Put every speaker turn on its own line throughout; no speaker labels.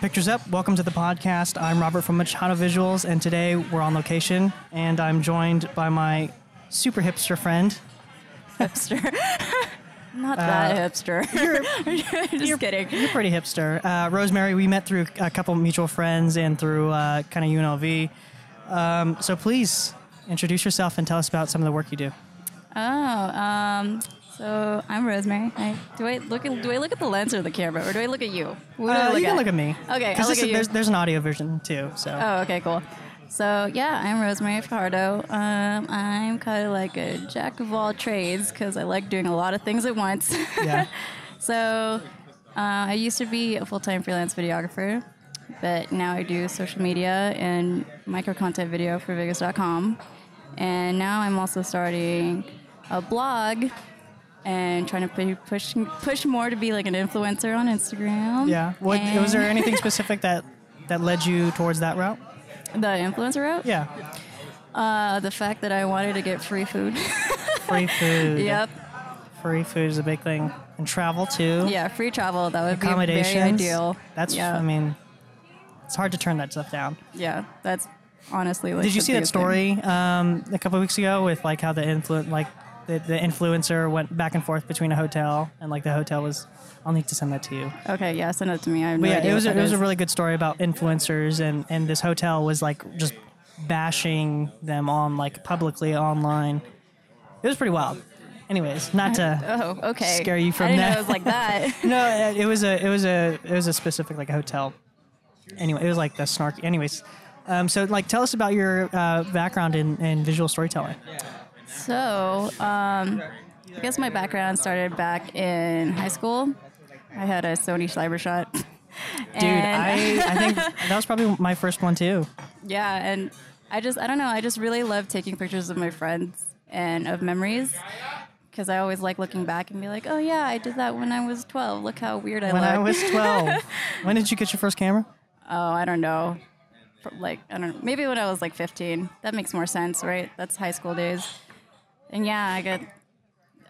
Pictures Up, welcome to the podcast. I'm Robert from Machado Visuals, and today we're on location, and I'm joined by my super hipster friend.
Not that hipster. Just kidding.
You're pretty hipster. Uh, Rosemary, we met through a couple mutual friends and through uh, kind of UNLV. Um, so please introduce yourself and tell us about some of the work you do.
Oh, um, so I'm Rosemary. Hi. Do I look? At, do I look at the lens or the camera, or do I look at you? Who do I
Uh, you can look at me.
Okay,
'Cause this
I'll look
is-
at you.
There's, there's an audio version too. So
Oh, okay, cool. So yeah, I'm Rosemary Fajardo. Um, I'm kind of like a jack of all trades because I like doing a lot of things at once.
yeah,
So, uh, I used to be a full time freelance videographer, but now I do social media and micro content video for Vegas.com. And now I'm also starting a blog and trying to pu- push push more to be like an influencer on Instagram.
yeah. What,
And
was there anything specific that that led you towards that route?
the influencer route?
Yeah,
Uh, the fact that I wanted to get free food.
free food.
yep.
free food is a big thing, and travel too.
Yeah, free travel. That would be
accommodations.
very ideal.
That's
yeah.
I mean, it's hard to turn that stuff down.
Yeah, that's honestly like.
Did you
the
see that
biggest thing.
story um, a couple of weeks ago with like how the influ- like the, the influencer went back and forth between a hotel and like the hotel was. I'll need to send that to you.
Okay, yeah, send it to me. I have no
But yeah,
idea
it was
what
a,
that
it was a
is.
really good story about influencers and and this hotel was like just bashing them on like publicly online. It was pretty wild. Anyways, not to
Oh, okay.
scare you from
I didn't
that.
Know it was like that.
no, it was a it was a it was a specific like hotel. Anyway, it was like the snark. Anyways, um, so like tell us about your uh, background in, in visual storytelling.
so, um, I guess my background started back in high school. I had a Sony Cyber shot.
Dude, I, I think that was probably my first one too.
Yeah, and I just I don't know, I just really love taking pictures of my friends and of memories because I always like looking back and be like, "Oh yeah, I did that when I was 12. Look how weird I
When
look."
I was 12. when did you get your first camera?
oh, I don't know. Pro- Like, I don't know. Maybe when I was like 15. That makes more sense, right? That's high school days. And yeah, I got.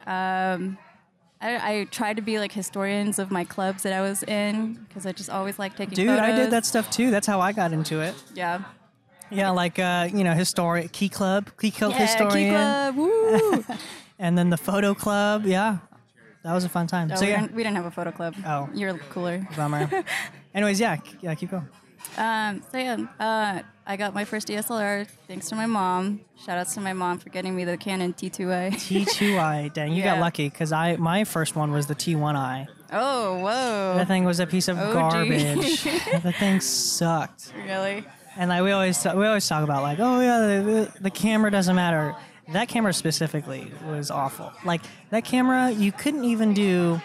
Um, I, I tried to be like historians of my clubs that I was in because I just always like taking
Dude,
photos.
I did that stuff too. That's how I got into it.
Yeah.
Yeah, like uh, you know, historic key club, key club
Yeah,
historian,
Key Club. Woo!
and then the photo club. Yeah, that was a fun time.
No,
so
we,
yeah,
didn't, we didn't have a photo club.
Oh.
You're cooler.
bummer. Anyways, yeah, k- yeah, keep going.
Um, so yeah, uh, I got my first DSLR thanks to my mom. Shout outs to my mom for getting me the Canon T2A.
T2i, dang, you got
Yeah.
lucky because I my first one was the T1i.
Oh, whoa.
That thing was a piece of
Oh,
garbage. the thing sucked.
Really?
And like we always we always talk about like oh yeah the, the camera doesn't matter. That camera specifically was awful. Like that camera you couldn't even do.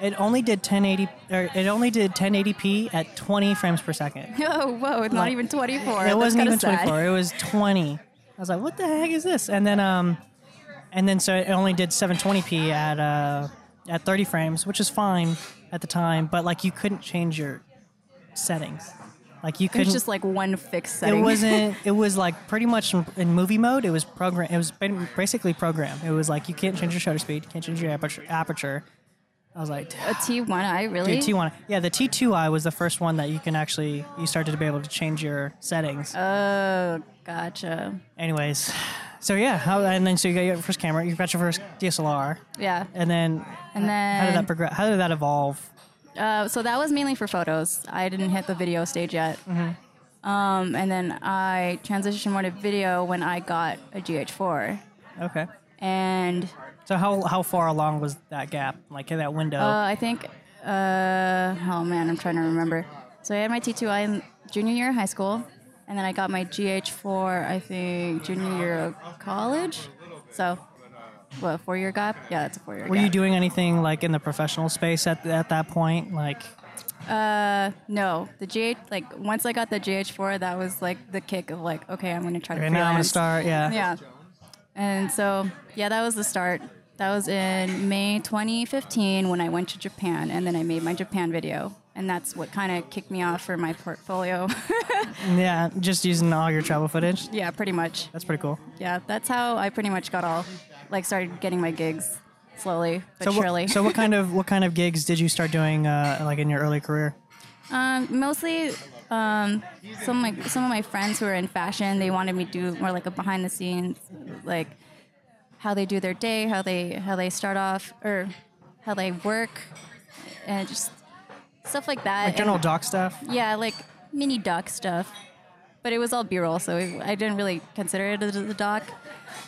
It only did 1080 or it only did 1080p at 20 frames per second.
Oh, whoa, it's not
Like,
even
It
24. That's
wasn't
kinda
even
sad.
24. It was 20. I was like, what the heck is this? And then um, and then so it only did 720p at uh at 30 frames, which is fine at the time, but like you couldn't change your settings. Like you
It was
couldn't.
just like one fixed
it
setting.
wasn't. It was like pretty much in, in movie mode. It was program. It was ba- basically programmed. It was like you can't change your shutter speed. You can't change your aperture. aperture. I was like,
a T1i, really?
T one. Yeah, the T two I was the first one that you can actually you started to be able to change your settings.
Oh, gotcha.
Anyways, so yeah, how and then so you got your first camera, you got your first DSLR,
Yeah.
and then
And
Uh, how did
then,
that progress? How did that evolve?
uh, so that was mainly for photos. I didn't hit the video stage yet.
Mm-hmm.
Um, and then I transitioned more to video when I got a GH4.
Okay,
And
so how how far along was that gap? Like in that window?
Uh, I think. Uh, oh man, I'm trying to remember. So I had my T2I in junior year of high school, and then I got my GH4. I think junior year of college. So, what four year gap? Yeah, it's a four year.
Were you doing anything like in the professional space at at that point? Like
No, the GH. Like once I got the GH4, that was like the kick of like, okay, I'm gonna try to.
okay, now I'm gonna
freelance.
start. Yeah.
Yeah. And so, yeah, that was the start. That was in May 2015 when I went to Japan and then I made my Japan video. And that's what kind of kicked me off for my portfolio.
yeah, just using all your travel footage.
yeah, pretty much.
That's pretty cool.
Yeah, that's how I pretty much got all, like, started getting my gigs slowly but
so
surely.
What, so what kind of what kind of gigs did you start doing uh, like in your early career?
Um, mostly, um, some of my, some of my friends who are in fashion, they wanted me to do more like a behind the scenes, like how they do their day, how they how they start off, or how they work, and just stuff like that.
Like general doc stuff.
And- yeah, like mini doc stuff. But it was all B-roll, so it- I didn't really consider it as a doc.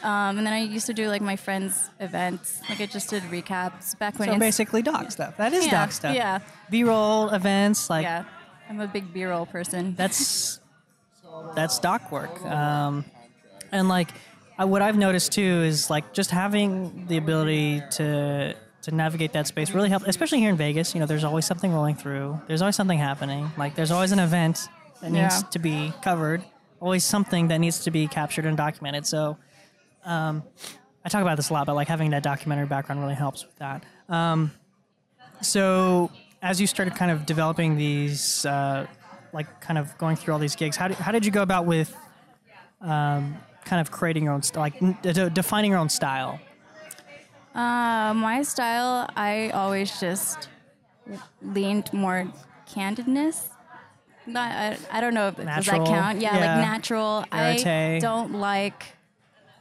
Um, and then I used to do like my friends' events, like I just did recaps back when.
So
Inst-
basically, doc stuff. That is
Yeah,
doc stuff.
yeah.
B-roll events, like
yeah, I'm a big B-roll person.
that's that's doc work. Um, and like I, what I've noticed too is like just having the ability to to navigate that space really helps, especially here in Vegas. You know, there's always something rolling through. There's always something happening. Like there's always an event that needs
Yeah.
to be covered. Always something that needs to be captured and documented. So. Um, I talk about this a lot, but like having that documentary background really helps with that. Um, So, as you started kind of developing these, uh, like kind of going through all these gigs, how did, how did you go about with um, kind of creating your own, st- like n- de- defining your own style?
Uh, my style, I always just leaned more candidness. Not, I, I don't know if does that
Natural,
count. Yeah,
yeah.
like natural. I
Verite.
don't like.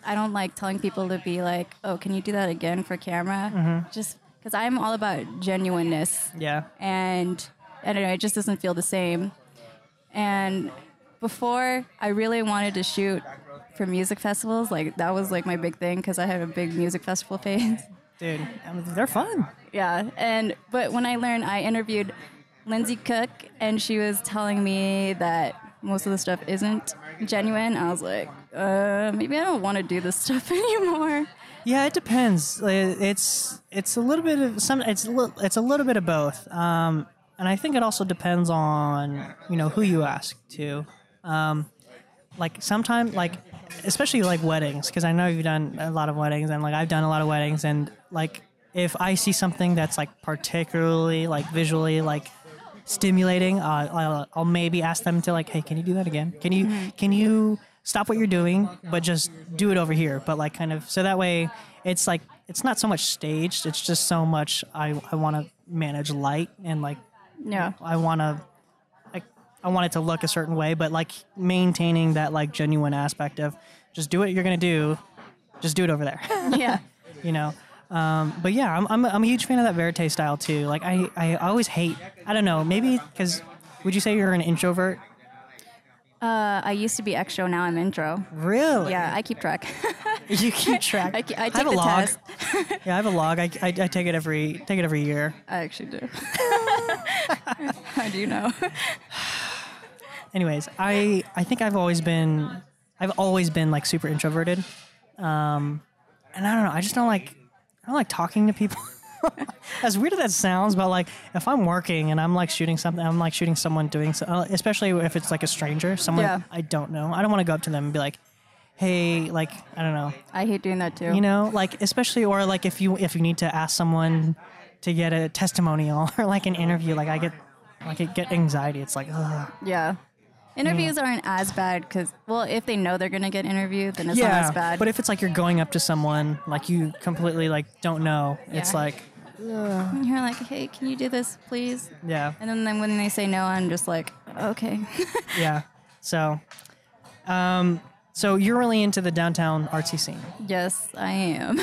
I don't like telling people to be like, "Oh, can you do that again for camera?"
Mm-hmm.
Just because I'm all about genuineness,
Yeah.
and I don't know, it just doesn't feel the same. And before, I really wanted to shoot for music festivals. Like that was like my big thing because I had a big music festival phase.
Dude, I mean, they're fun.
Yeah, and but when I learned, I interviewed Lindsay Cook, and she was telling me that most of the stuff isn't genuine. I was like, uh, maybe I don't want to do this stuff anymore.
Yeah, it depends. It- It's it's a little bit of some. It's a li- it's a little bit of both. Um, and I think it also depends on you know who you ask to. Um, like sometimes like especially like weddings because I know you've done a lot of weddings and like I've done a lot of weddings and like if I see something that's like particularly like visually like stimulating, uh, I'll, I'll maybe ask them to like, hey, can you do that again? Can you can you stop what you're doing, but just do it over here? But like kind of so that way, it's like it's not so much staged. It's just so much I I want to manage light and like
Yeah,
I want to like I want it to look a certain way, but like maintaining that like genuine aspect of just do what you're gonna do, just do it over there.
yeah,
you know. Um, but yeah, I'm, I'm, I'm a huge fan of that verite style too. Like I, I always hate. I don't know. Maybe because would you say you're an introvert?
uh, I used to be extra, now I'm intro.
Really?
Yeah, I keep track.
You keep track.
I, ke- I take
have a
the
log.
test.
Yeah, I have a log. I, I, I take it every take it every year.
I actually do. How do you know?
Anyways, I I think I've always been I've always been like super introverted. Um, and I don't know. I just don't like I don't like talking to people. as weird as that sounds, but like if I'm working and I'm like shooting something, I'm like shooting someone doing so, uh, especially if it's like a stranger, someone
Yeah.
I don't know. I don't want to go up to them and be like, "Hey, like I don't know,
I hate doing that too.
you know like especially or like if you if you need to ask someone to get a testimonial or like an interview like i get like it get anxiety it's like ugh.
Yeah. Interviews aren't as bad because, well, if they know they're going to get interviewed, then it's not as bad.
but if it's like you're going up to someone like you completely like don't know it's
Yeah.
like
And you're like, hey, can you do this, please?
yeah
And then, then when they say no, I'm just like, okay.
yeah so um so you're really into the downtown artsy scene
yes, I am.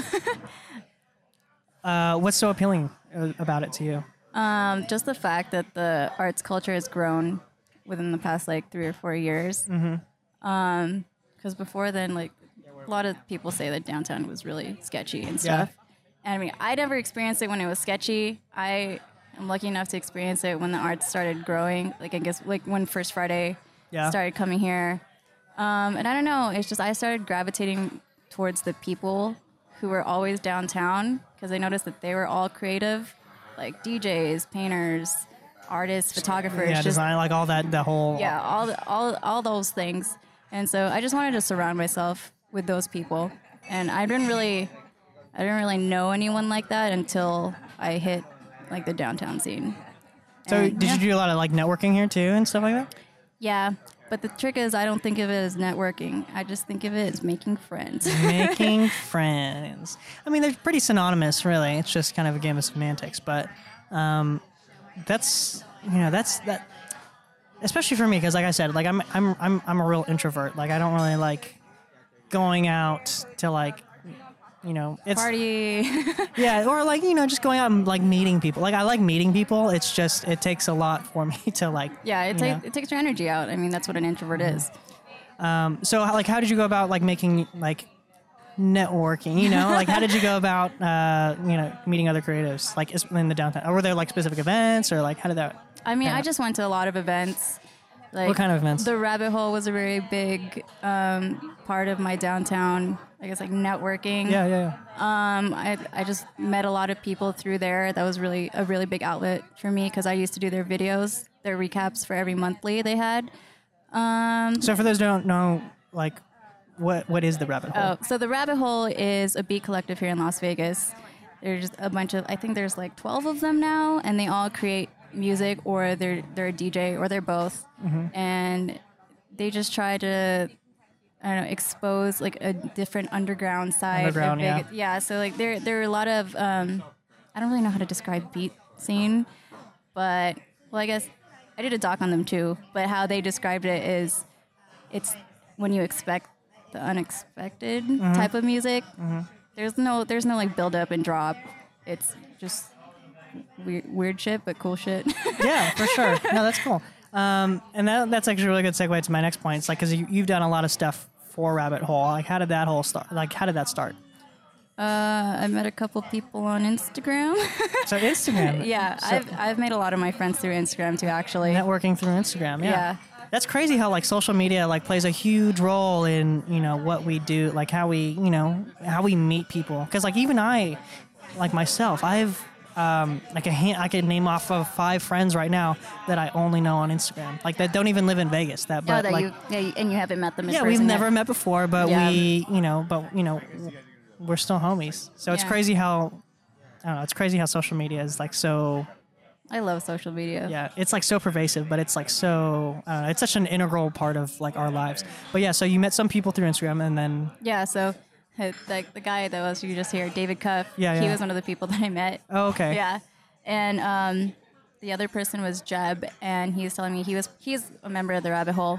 uh what's so appealing uh, about it to you
um, just the fact that the arts culture has grown within the past like three or four years. Because before then, like a lot of people say that downtown was really sketchy and stuff. And I mean, I never experienced it when it was sketchy. I am lucky enough to experience it when the arts started growing. Like I guess like when First Friday
Yeah.
started coming here. Um, and I don't know. It's just I started gravitating towards the people who were always downtown because I noticed that they were all creative, like DJs, painters, artists, photographers.
yeah
just,
design like all that the whole
yeah, all the- all all those things. And so I just wanted to surround myself with those people. And I didn't really I didn't really know anyone like that until I hit like the downtown scene.
so
And,
did
yeah.
you do a lot of like networking here too and stuff like that
Yeah. But the trick is I don't think of it as networking. I just think of it as making friends.
making friends. I mean, they're pretty synonymous, really. It's just kind of a game of semantics, but um, that's you know that's that. especially for me because like I said, like I'm I'm I'm I'm a real introvert. Like I don't really like going out to like you know it's
Party.
yeah or like you know just going out and like meeting people like i like meeting people it's just it takes a lot for me to like
yeah, it,
you
take,
know.
it takes your energy out. I mean, that's what an introvert
Mm-hmm.
is.
so how- like how did you go about like making like networking you know like how did you go about uh you know meeting other creatives like is- in the downtown or were there like specific events or like how did that
I mean,
Yeah.
I just went to a lot of events. Like
What kind of events?
The Rabbit Hole was a very big um, part of my downtown. I guess like networking.
yeah yeah, yeah.
Um, I, I just met a lot of people through there. That was really a really big outlet for me because I used to do their videos, their recaps for every monthly they had. Um,
so for those who don't know like what what is the rabbit hole
oh, so the Rabbit Hole is a beat collective here in Las Vegas. There's just a bunch of I think there's like 12 of them now, and they all create music or they're they're a DJ or they're both, and they just try to. I don't know, expose like a different underground side. of
Underground, yeah.
Vegas. yeah. So like there, there are a lot of um, I don't really know how to describe beat scene, but well, I guess I did a doc on them too. But how they described it is, it's when you expect the unexpected
Mm-hmm.
type of music. There's no, there's no like build up and drop. It's just weird, weird shit, but cool shit.
yeah, for sure. No, that's cool. Um, and that, that's actually a really good segue to my next point. It's like because you, you've done a lot of stuff for Rabbit Hole. Like, how did that whole start? Like, how did that start?
uh, I met a couple people on Instagram.
So Instagram.
yeah,
So
I've I've made a lot of my friends through Instagram too. Actually,
networking through Instagram. Yeah.
Yeah.
That's crazy how like social media like plays a huge role in you know what we do, like how we you know how we meet people. Because like even I, like myself, I've. Um, like a hand, I could name off of five friends right now that I only know on Instagram, like that don't even live in Vegas. That, but
oh, that
like,
you, yeah, you- and you haven't met them. In
yeah,
person
we've
yet.
never met before, but
Yeah.
we, you know, but you know, we're still homies. So it's
Yeah.
crazy how I don't know. It's crazy how social media is like so.
I love social media.
Yeah, it's like so pervasive, but it's like so. I don't know, it's such an integral part of like our lives. But yeah, so you met some people through Instagram, and then
Yeah, so uh, like the guy that was you just here, David Cuff.
Yeah,
he
yeah.
was one of the people that I met.
oh, okay,
Yeah, and um, the other person was Jeb, and he was telling me he was he's a member of the Rabbit Hole,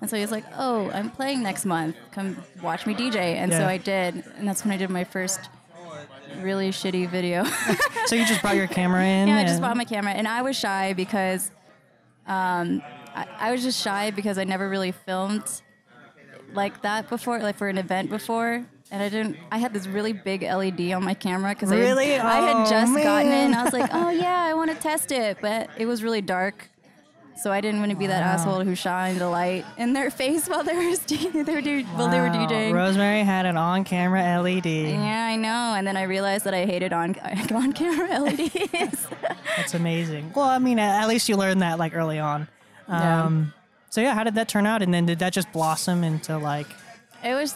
and so he was like, "Oh, I'm playing next month. Come watch me DJ." And so
Yeah.
I did, and that's when I did my first really shitty video.
So you just brought your camera in.
Yeah, I just
and-
bought my camera, and I was shy because, um, I, I was just shy because I never really filmed like that before, like for an event before, and I didn't. I had this really big LED on my camera because
Really?
I, I had
Oh,
just gotten it,
man.
and I was like, oh yeah, I want to test it, but it was really dark. So I didn't want to be that asshole who shined a light in their face while they were st- they were do- while they were
Wow,
DJing.
uh, Rosemary had an on-camera E LED.
yeah, I know. And then I realized that I hated on on camera E LEDs.
That's amazing. Well, I mean, at at least you learned that like early on.
Yeah.
Um, So yeah, how did that turn out? And then did that just blossom into like
It was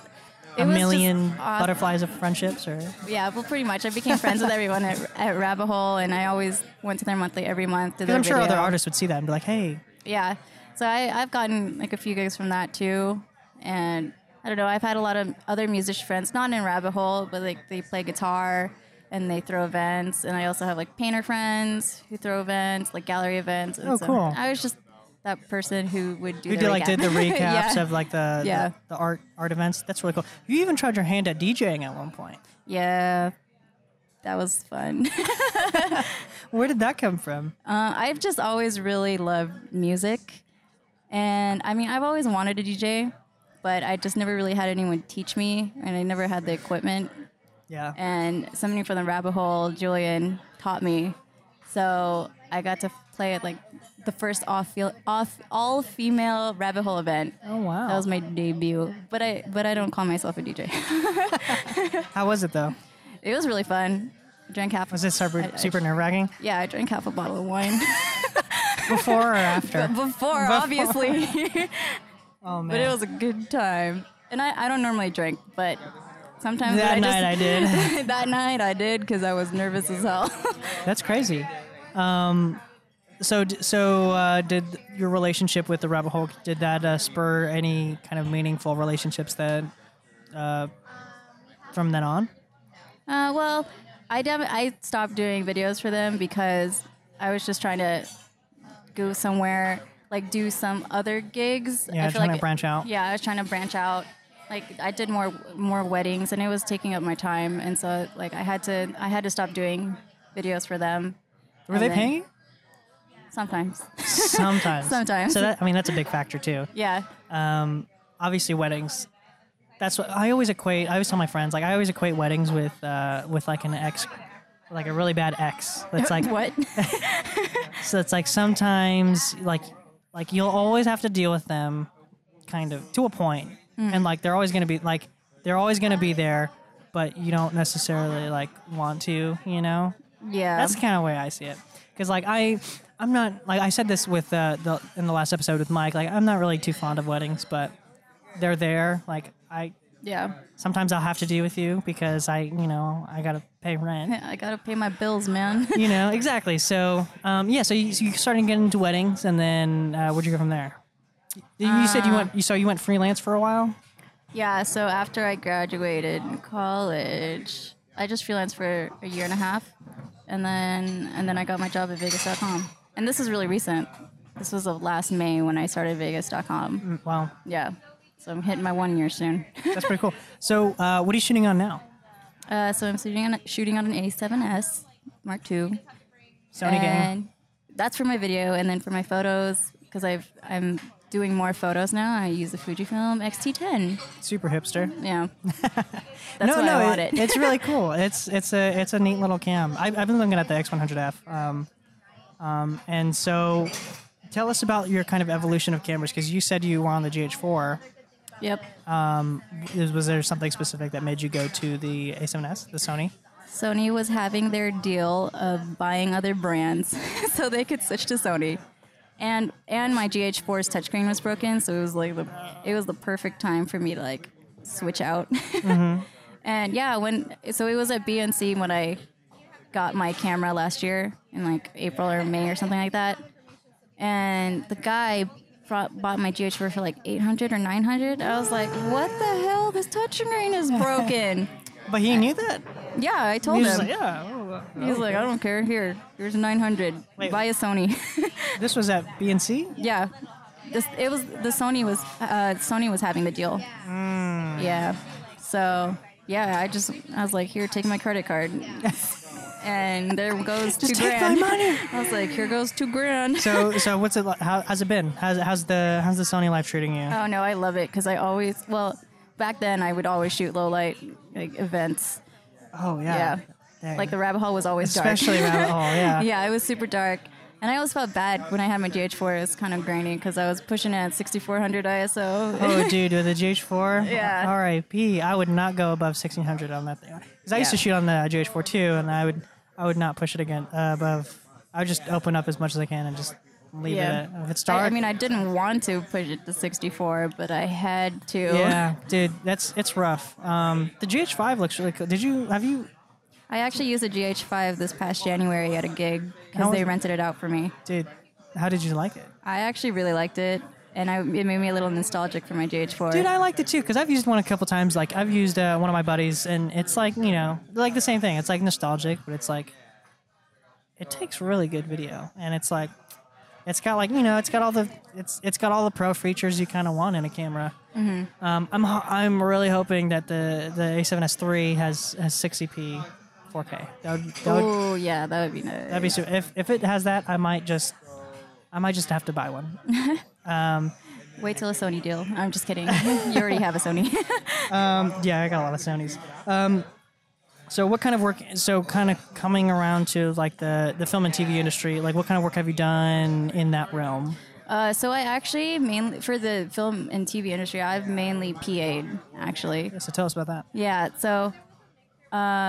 it
a
was
million
just awesome.
butterflies of friendships or
Yeah, well, pretty much. I became friends with everyone at, at Rabbit Hole, and I always went to their monthly every month. Because
because i'm sure other artists would see that and be like hey
Yeah, so I, I've gotten like a few gigs from that too, and I don't know. I've had a lot of other musician friends, not in Rabbit Hole, but like they play guitar and they throw events, and I also have like painter friends who throw events, like gallery events. And
Oh,
so
cool.
I was just that person who would do
who
the
did like did the
recap.
recaps
yeah.
of like the,
Yeah.
the the art art events that's really cool you even tried your hand at djing at one point
yeah, that was fun.
where did that come from
Uh, I've just always really loved music. And I mean, I've always wanted to DJ, but I just never really had anyone teach me, and I never had the equipment.
yeah
And somebody from the rabbit hole, Julian, taught me. So I got to play at like the first off, off all female rabbit hole event.
oh wow
That was my debut, but I but I don't call myself a DJ.
how was it though
it was really fun. I drank half.
was it super,
I- I-
super nerve-wracking
Yeah, I drank half a bottle of wine
before or after
before, obviously.
oh man
But it was a good time. And I, I don't normally drink, but sometimes
that
I
night
just,
i did
that night I did because I was nervous as hell.
that's crazy um so d- so uh, did your relationship with the rabbit hole did that uh, spur any kind of meaningful relationships that uh, from then on
uh, well, I, def- I stopped doing videos for them because I was just trying to go somewhere like do some other gigs.
Yeah,
I feel
trying
like
to branch out.
Yeah, I was trying to branch out. Like I did more more weddings, and it was taking up my time, and so like I had to I had to stop doing videos for them.
Were they paying? you?
Sometimes.
Sometimes.
Sometimes.
So that I mean that's a big factor too.
Yeah.
Um, obviously weddings. That's what I always equate. I always tell my friends like I always equate weddings with uh, with like an ex, like a really bad ex. That's like
what?
so it's like sometimes like like you'll always have to deal with them kind of to a point and like they're always going to be like they're always going to be there but you don't necessarily like want to you know
yeah.
that's the kind of way i see it because like i i'm not like i said this with uh, the in the last episode with mike like i'm not really too fond of weddings but they're there like i
yeah.
sometimes i'll have to deal with you because i you know i gotta pay rent
I gotta pay my bills, man.
you know exactly so um, yeah so you, so you started getting into weddings and then uh, where'd you go from there you you said you went you so you went freelance for a while
yeah. So after I graduated college, I just freelanced for a year and a half, and then and then I got my job at Vegas.com. And this is really recent. This was of last May when I started Vegas.com.
wow
Yeah. So I'm hitting my one year soon.
that's pretty cool so uh, what are you shooting on now
Uh, so I'm shooting on, shooting on an A7S Mark II.
sony game
and that's for my video and then for my photos because i've i'm doing more photos now i use the fujifilm xt10
super hipster
yeah that's why i want it,
it's really cool it's it's a it's a neat little cam I, i've been looking at the x100f um, um, and so tell us about your kind of evolution of cameras because you said you were on the gh4
yep
Is- was there something specific that made you go to the a7s the sony
sony was having their deal of buying other brands so they could switch to sony and and my gh4's touchscreen was broken so it was like the it was the perfect time for me to like switch out and yeah when so it was at bnc when i got my camera last year in like april or may or something like that and the guy brought, bought my GH4 for like 800 or 900. I was like, what the hell? This touchscreen is broken.
but he knew that
yeah, I told
He
him.
was like, yeah. oh, oh,
He's like, I don't care. Here, here's a 900.
Wait,
Buy a Sony.
This was at BNC.
yeah, this it was the Sony was uh, Sony was having the deal.
Hmm.
Yeah, so yeah, I just I was like, here, take my credit card, and there goes two
take
grand.
my money.
I was like, here goes two grand.
So, so what's it? Like? How, how's it been? How's, how's the how's the Sony life treating you?
Oh no, I love it because I always well back then I would always shoot low light like events.
Oh
Yeah,
yeah, Dang.
like the rabbit hole was always
especially
dark.
around. Oh yeah.
yeah, it was super dark, and I always felt bad when I had my GH4. It was kind of grainy because I was pushing it at 6400 ISO.
Oh dude, with the GH4.
Yeah.
R.I.P. I would not go above 1600 on that thing. Because I used to
Yeah.
shoot on the GH4 too, and I would I would not push it again uh, above. I would just open up as much as I can and just leave
Yeah.
it. At, if it's dark.
I, I mean, I didn't want to push it to 64, but I had to.
yeah, dude, that's it's rough. Um, the GH5 looks really cool. Did you have you
I actually used a GH5 this past January at a gig
How
because they
was-
rented it out for me.
dude? How did you like it?
I actually really liked it, and I, it made me a little nostalgic for my GH4.
Dude, I liked it too because I've used one a couple times. Like I've used uh, one of my buddies, and it's like you know, like the same thing. It's like nostalgic, but it's like it takes really good video, and it's like it's got like you know, it's got all the it's it's got all the pro features you kind of want in a camera. Mm-hmm. Um, I'm ho- I'm really hoping that the the A7S III has has 60p 4K. That would, that would
oh yeah, that would be nice.
that'd be su- if if it has that, I might just I might just have to buy one.
Wait till a Sony deal. I'm just kidding. you already have a Sony.
Yeah, I got a lot of Sonys. Um, so what kind of work? So kind of coming around to like the the film and TV industry. Like, what kind of work have you done in that realm?
uh, so I actually mainly for the film and TV industry, I've mainly PA'd actually.
So tell us about that.
Yeah. So um,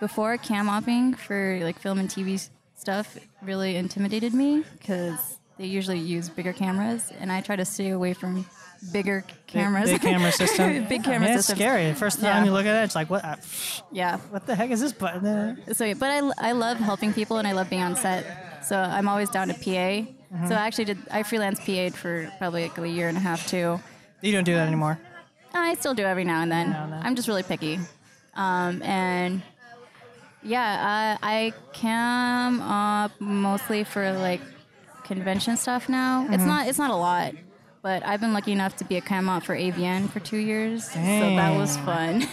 before cam opping for like film and TV s- stuff really intimidated me because they usually use bigger cameras, and I try to stay away from bigger cameras.
big, big camera system.
Big camera
I mean,
systems.
It's scary. The first time
Yeah.
you look at it, it's like, what? uh,
yeah.
What the heck is this button? Uh,
So, but I, I love helping people and I love being on set. So I'm always down to PA.
Mm-hmm.
So I actually did I freelance PA'd for probably like a year and a half too.
You don't do that anymore.
I still do every now and then.
and then.
I'm just really picky. Um, and yeah, I, I cam up mostly for like convention stuff now. It's not it's not a lot, but I've been lucky enough to be a cam op for AVN for two years, so that was fun.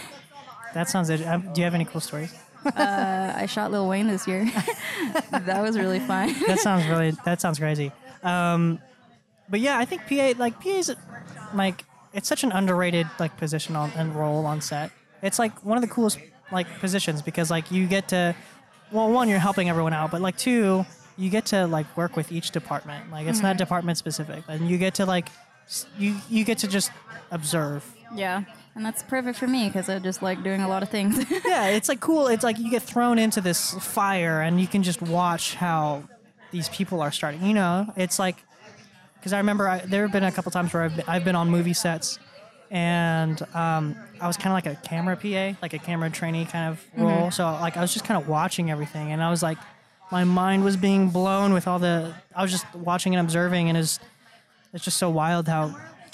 That sounds. ed- Um, do you have any cool stories?
I shot Lil Wayne this year. that was really fun.
That sounds really. That sounds crazy. Um, but yeah, I think PA like PA's like it's such an underrated like position on and role on set. It's like one of the coolest like positions because like you get to well one you're helping everyone out, but like two you get to like work with each department. Like it's not department specific, and you get to like s- you you get to just observe.
yeah, and that's perfect for me because I just like doing a lot of things.
Yeah, it's like cool. It's like you get thrown into this fire and you can just watch how these people are starting. You know, it's like because I remember I, there have been a couple times where I've been, I've been on movie sets and um, I was kind of like a camera PA, like a camera trainee kind of role. So like I was just kind of watching everything and I was like my mind was being blown with all the I was just watching and observing and it's it's just so wild how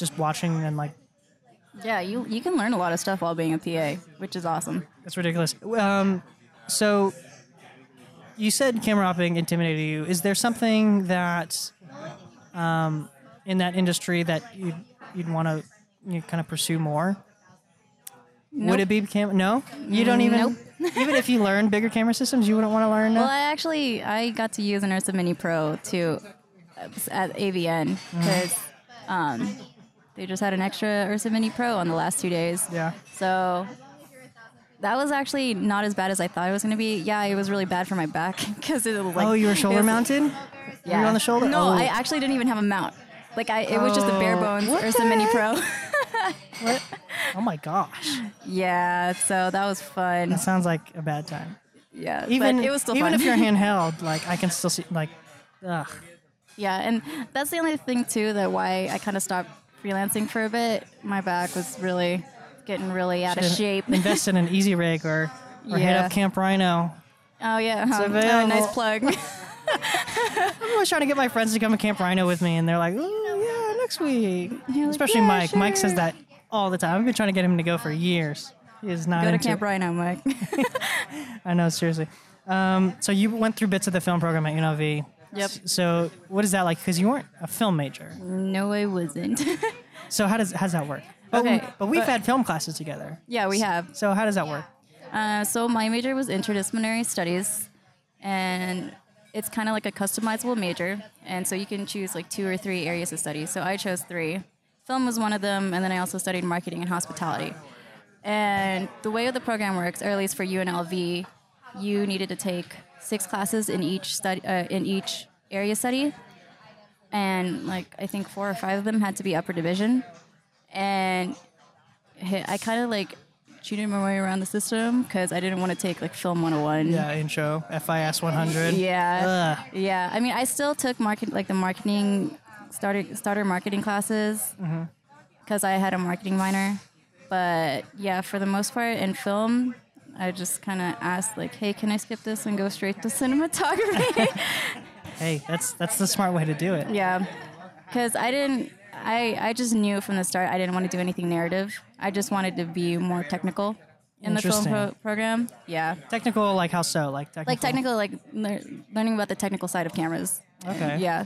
just watching and like
yeah, you you can learn a lot of stuff while being a PA, which is awesome.
That's ridiculous. Um, so you said camera hopping intimidated you. Is there something that um, in that industry that you'd, you'd want to you kind of pursue more? Would it be cam? No, you don't even. even if you learn bigger camera systems, you wouldn't want to learn.
Well, I actually I got to use an Ursa Mini Pro to uh, at AVN
Mm.
because um, they just had an extra Ursa Mini Pro on the last two days.
yeah.
So that was actually not as bad as I thought it was going to be. Yeah, it was really bad for my back because it was like
Oh, you were shoulder
it was-
mounted.
Yeah.
on the shoulder?
No,
Oh.
I actually didn't even have a mount. Like I, it was just a bare
Oh.
bones
What
Ursa
the
Mini Pro.
What? Oh my gosh!
yeah, so that was fun.
That sounds like a bad time.
Yeah,
Even
but it was still
even
fun.
if you're handheld, like I can still see. Like, ugh.
Yeah, and that's the only thing too that why I kind of stopped freelancing for a bit. My back was really getting really out of
In-
shape.
invest in an easy rig or, or hit
Yeah.
up Camp Rhino.
oh yeah, huh. Oh,
available.
nice plug.
I'm always trying to get my friends to come to Camp Rhino with me, and they're like, "Ooh, yeah, next week."
like,
Especially
"Yeah,
Mike. Mike says
sure."
that all the time. I've been trying to get him to go for years. He is not
Go to
into
Camp Rhino, Mike.
it. I know, seriously. Um, so you went through bits of the film program at UNLV.
Yep.
S- So what is that like? Because you weren't a film major.
no, I wasn't.
So how does how does that work? But,
Okay,
But we've
but-
had film classes together.
yeah, we have.
So how does that work?
Uh, so my major was interdisciplinary studies, and it's kind of like a customizable major, and so you can choose like two or three areas of study. So I chose three. Film was one of them, and then I also studied marketing and hospitality. And the way the program works, or at least for UNLV, you needed to take six classes in each study uh, in each area study, and like I think four or five of them had to be upper division, and hit, I kind of like cheated my way around the system because I didn't want to take like film 101.
Yeah, intro, FIS 100.
Yeah.
Ugh.
Yeah. I mean, I still took market like the marketing starter starter marketing classes
Mm-hmm.
because I had a marketing minor. But yeah, for the most part in film, I just kind of asked like, "Hey, can I skip this and go straight to cinematography?"
Hey, that's that's the smart way to do it.
Yeah, because I didn't. I I just knew from the start I didn't want to do anything narrative. I just wanted to be more technical in the film
Interesting.
pro- program. Yeah,
Technical, like how so? Like technical.
like technical, like lear- learning about the technical side of cameras.
Okay.
Yeah,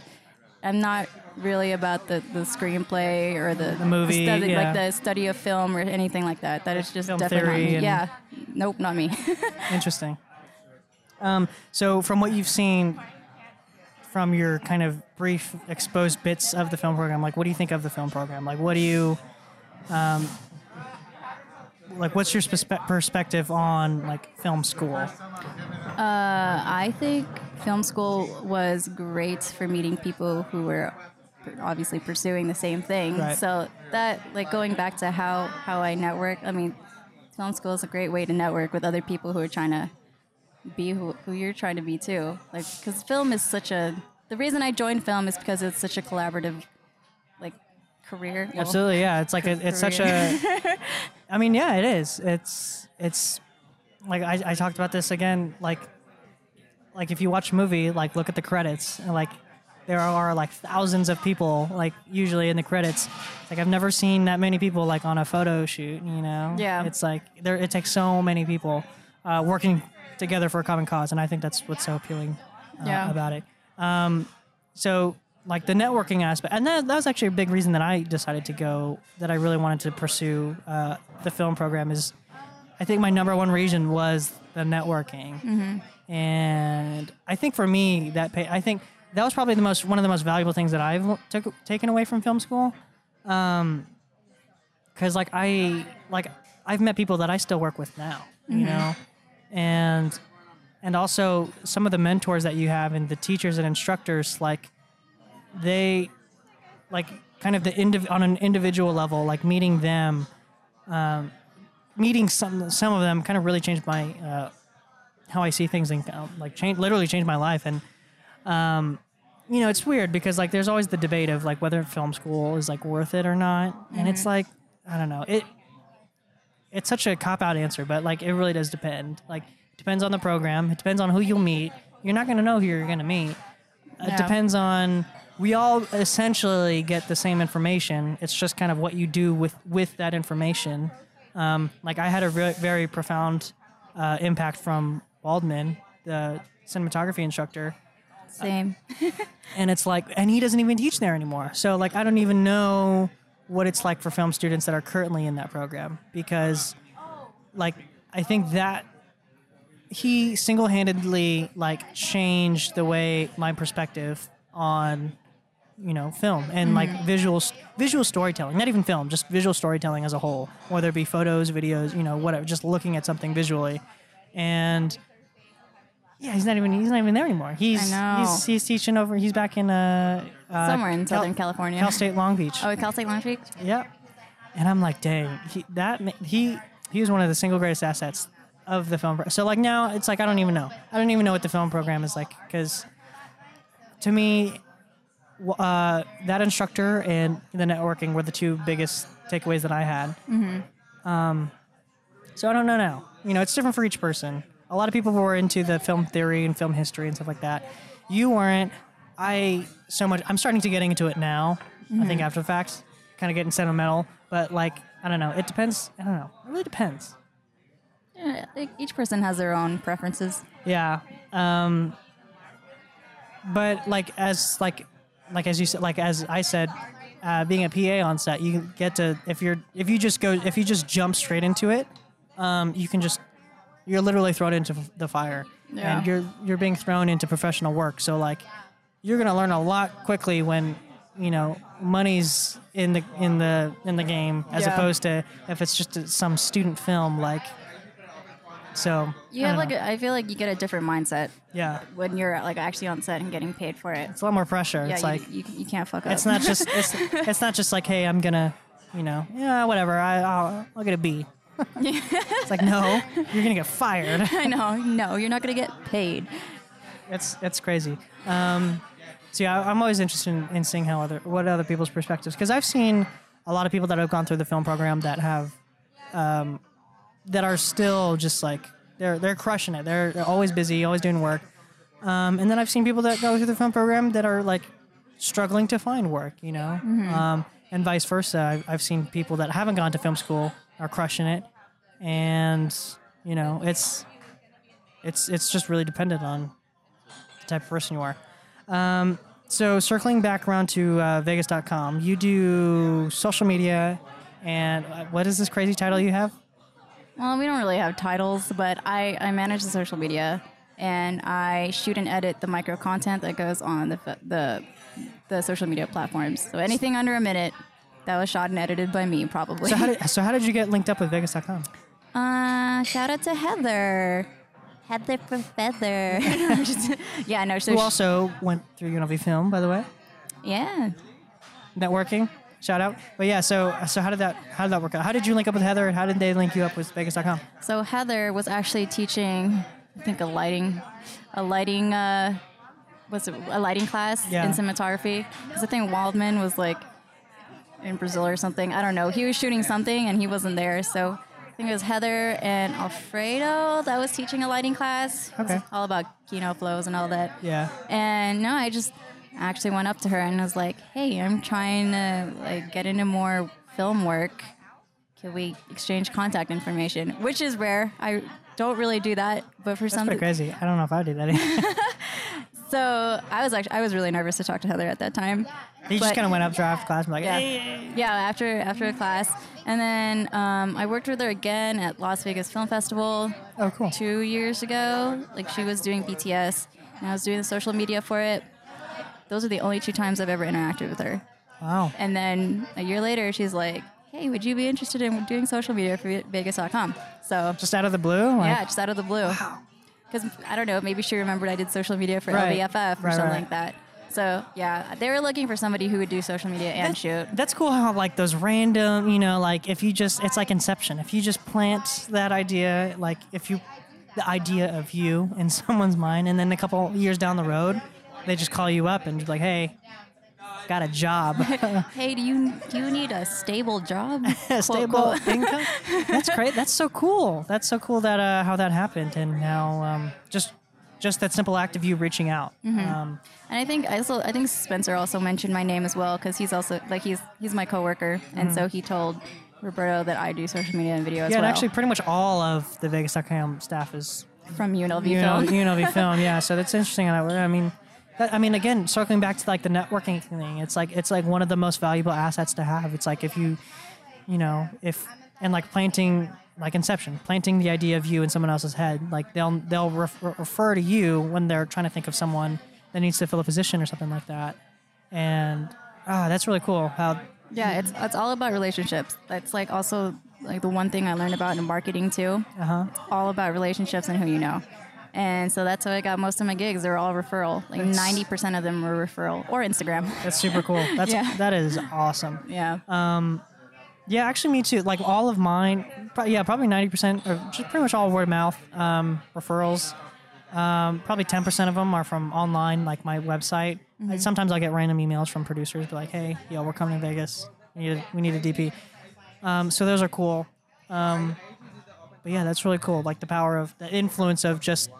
I'm not really about the, the screenplay or the, the
movie,
study,
yeah.
like the study of film or anything like that. That is just
Film
definitely not
theory
me.
and-
yeah. Nope, not me.
Interesting. Um, so, from what you've seen from your kind of brief exposed bits of the film program, like what do you think of the film program? Like, what do you, um, like, what's your perspe- perspective on like film school?
I think film school was great for meeting people who were obviously pursuing the same thing.
Right.
So that like going back to how how I network, I mean, film school is a great way to network with other people who are trying to be who, who you're trying to be too. Like cuz film is such a the reason I joined film is because it's such a collaborative like career. Well,
Absolutely, yeah. It's like a, it's such a. I mean, yeah, it is. It's it's like I, I talked about this again. Like like if you watch a movie, like look at the credits. And like there are like thousands of people like usually in the credits. It's like I've never seen that many people like on a photo shoot. You know?
Yeah.
It's like there it takes so many people uh, working together for a common cause, and I think that's what's so appealing uh,
Yeah.
about it. Um, so like the networking aspect, and that, that was actually a big reason that I decided to go. That I really wanted to pursue uh, the film program is, I think my number one reason was the networking, and I think for me that pay, I think that was probably the most one of the most valuable things that I've took, taken away from film school, because like I like I've met people that I still work with now, you know, and and also some of the mentors that you have and the teachers and instructors like they like kind of the indiv- on an individual level like meeting them um, meeting some some of them kind of really changed my uh, how i see things and uh, like change literally changed my life and um, you know it's weird because like there's always the debate of like whether film school is like worth it or not and it's like i don't know it it's such a cop out answer, but like it really does depend. Like it depends on the program. It depends on who you'll meet. You're not going to know who you're going to meet. It
Yeah.
depends on. We all essentially get the same information. It's just kind of what you do with with that information. Um, like I had a re- very profound uh, impact from Waldman, the cinematography instructor
Same.
and it's like and he doesn't even teach there anymore so like i don't even know what it's like for film students that are currently in that program because like i think that he single-handedly like changed the way my perspective on you know film and like visual visual storytelling not even film just visual storytelling as a whole whether it be photos videos you know whatever just looking at something visually and yeah he's not even he's not even there anymore he's
know.
he's he's teaching over he's back in uh, uh
Somewhere in
Cal-
Southern California.
Cal State Long Beach
oh, Cal State Long Beach.
Yep. And I'm like, dang, he, that ma- he he was one of the single greatest assets of the film. Pro- so like now it's like I don't even know. I don't even know what the film program is like because to me, w- uh, that instructor and the networking were the two biggest takeaways that I had. Mm-hmm. Um, so I don't know now. You know, it's different for each person. A lot of people were into the film theory and film history and stuff like that. You weren't. I so much. I'm starting to getting into it now. I think after the fact, kind of getting sentimental. But like, I don't know. It depends. I don't know. It really depends.
Yeah, I think Each person has their own preferences.
Yeah. Um but like as like like as you said like as I said uh, being a PA on set, you get to if you're if you just go if you just jump straight into it, um, you can just you're literally thrown into f- the fire,
Yeah.
and you're you're being thrown into professional work. So like, you're gonna learn a lot quickly when you know money's in the in the in the game as
Yeah.
opposed to if it's just a, some student film like. So
You
I
have
don't
like
know.
a, I feel like you get a different mindset
yeah.
when you're like actually on set and getting paid for it.
It's a lot more pressure.
Yeah,
it's
you,
like
you, you can't fuck up.
it's not just it's, it's not just like hey, I'm gonna, you know, yeah, whatever. I I'll, I'll get a B. it's like no, you're gonna get fired.
I know. No, you're not gonna get paid.
It's it's crazy. Um, so yeah, I- I'm always interested in, in seeing how other what other people's perspectives because I've seen a lot of people that have gone through the film program that have um, that are still just like they're they're crushing it. They're, they're always busy, always doing work. Um, and then I've seen people that go through the film program that are like struggling to find work, you know, um, and vice versa. I've, I've seen people that haven't gone to film school are crushing it, and you know, it's it's it's just really dependent on the type of person you are. Um, so circling back around to uh, Vegas.com, you do social media, and uh, what is this crazy title you have?
Well, we don't really have titles, but I, I manage the social media and I shoot and edit the micro content that goes on the, f- the the social media platforms. So anything under a minute that was shot and edited by me, probably.
So how did, so how did you get linked up with Vegas.com?
uh, shout out to Heather. Heather for feather. I'm just- yeah, no. So
Who
sh-
also went through UNLV Film, by the way.
yeah.
networking shout out but yeah so so how did that how did that work out how did you link up with heather and how did they link you up with vegas.com
So Heather was actually teaching, I think a lighting, a lighting, uh, was it a lighting class
Yeah.
in cinematography? Because I think Waldman was like in Brazil or something. I don't know. He was shooting something and he wasn't there. So I think it was Heather and Alfredo that was teaching a lighting class. It was
Okay.
all about kino flows and all that.
yeah
And no, I just actually went up to her and was like, "Hey, I'm trying to like get into more film work. Can we exchange contact information?" Which is rare. I don't really do that, but for
pretty
some
crazy i don't know if i would do that
So I was actually I was really nervous to talk to Heather at that time.
He just
But-
kind of went up to her after class and like, hey.
yeah. yeah, after after a class, and then um, I worked with her again at Las Vegas Film Festival
oh, cool.
two years ago. Like she was doing BTS, and I was doing the social media for it. Those are the only two times I've ever interacted with her.
Wow.
And then a year later, she's like, "Hey, would you be interested in doing social media for Vegas.com?" So
Just out of the blue? Like,
yeah, just out of the blue. Because I don't know, maybe she remembered I did social media for
Right.
LBFF or
Right,
something
right.
like that. So yeah, they were looking for somebody who would do social media and shoot.
That's cool how like those random, you know, like if you just it's like inception. If you just plant that idea, like if you the idea of you in someone's mind and then a couple years down the road, they just call you up and be like, "Hey, got a job."
Hey, do you do you need a stable job? Quote,
Stable
quote.
income. That's great. That's so cool. That's so cool that uh, how that happened and how um, just just that simple act of you reaching out.
Mm-hmm.
Um,
And I think I also I think Spencer also mentioned my name as well because he's also like he's he's my coworker, and so he told Roberto that I do social media Mm-hmm. and video as
yeah, and
well.
actually, pretty much all of the Vegas.com staff is
from UNLV
you know,
Film.
UNLV film. Yeah, so that's interesting. I I mean, that, I mean, again, circling back to like the networking thing, it's like it's like one of the most valuable assets to have. It's like if you, you know, if and like planting like inception, planting the idea of you in someone else's head. Like they'll they'll refer, refer to you when they're trying to think of someone that needs to fill a position or something like that. And ah, that's really cool. How
Yeah, it's it's all about relationships. That's like also like the one thing I learned about in marketing too.
uh huh.
It's all about relationships and who you know. And so that's how I got most of my gigs. They're all referral. Like ninety percent of them were referral or Instagram.
That's super cool. That's
Yeah.
that is awesome.
Yeah.
Uh. Yeah, actually, me too. Like all of mine, pro- yeah, probably ninety percent, or just pretty much all word of mouth um, referrals. Um, probably ten percent of them are from online, like my website. I- sometimes I'll get random emails from producers, be like, "Hey, yo, we're coming to Vegas. We need a, we need a DP." Um, so those are cool. Um, but yeah, that's really cool. Like the power of the influence of just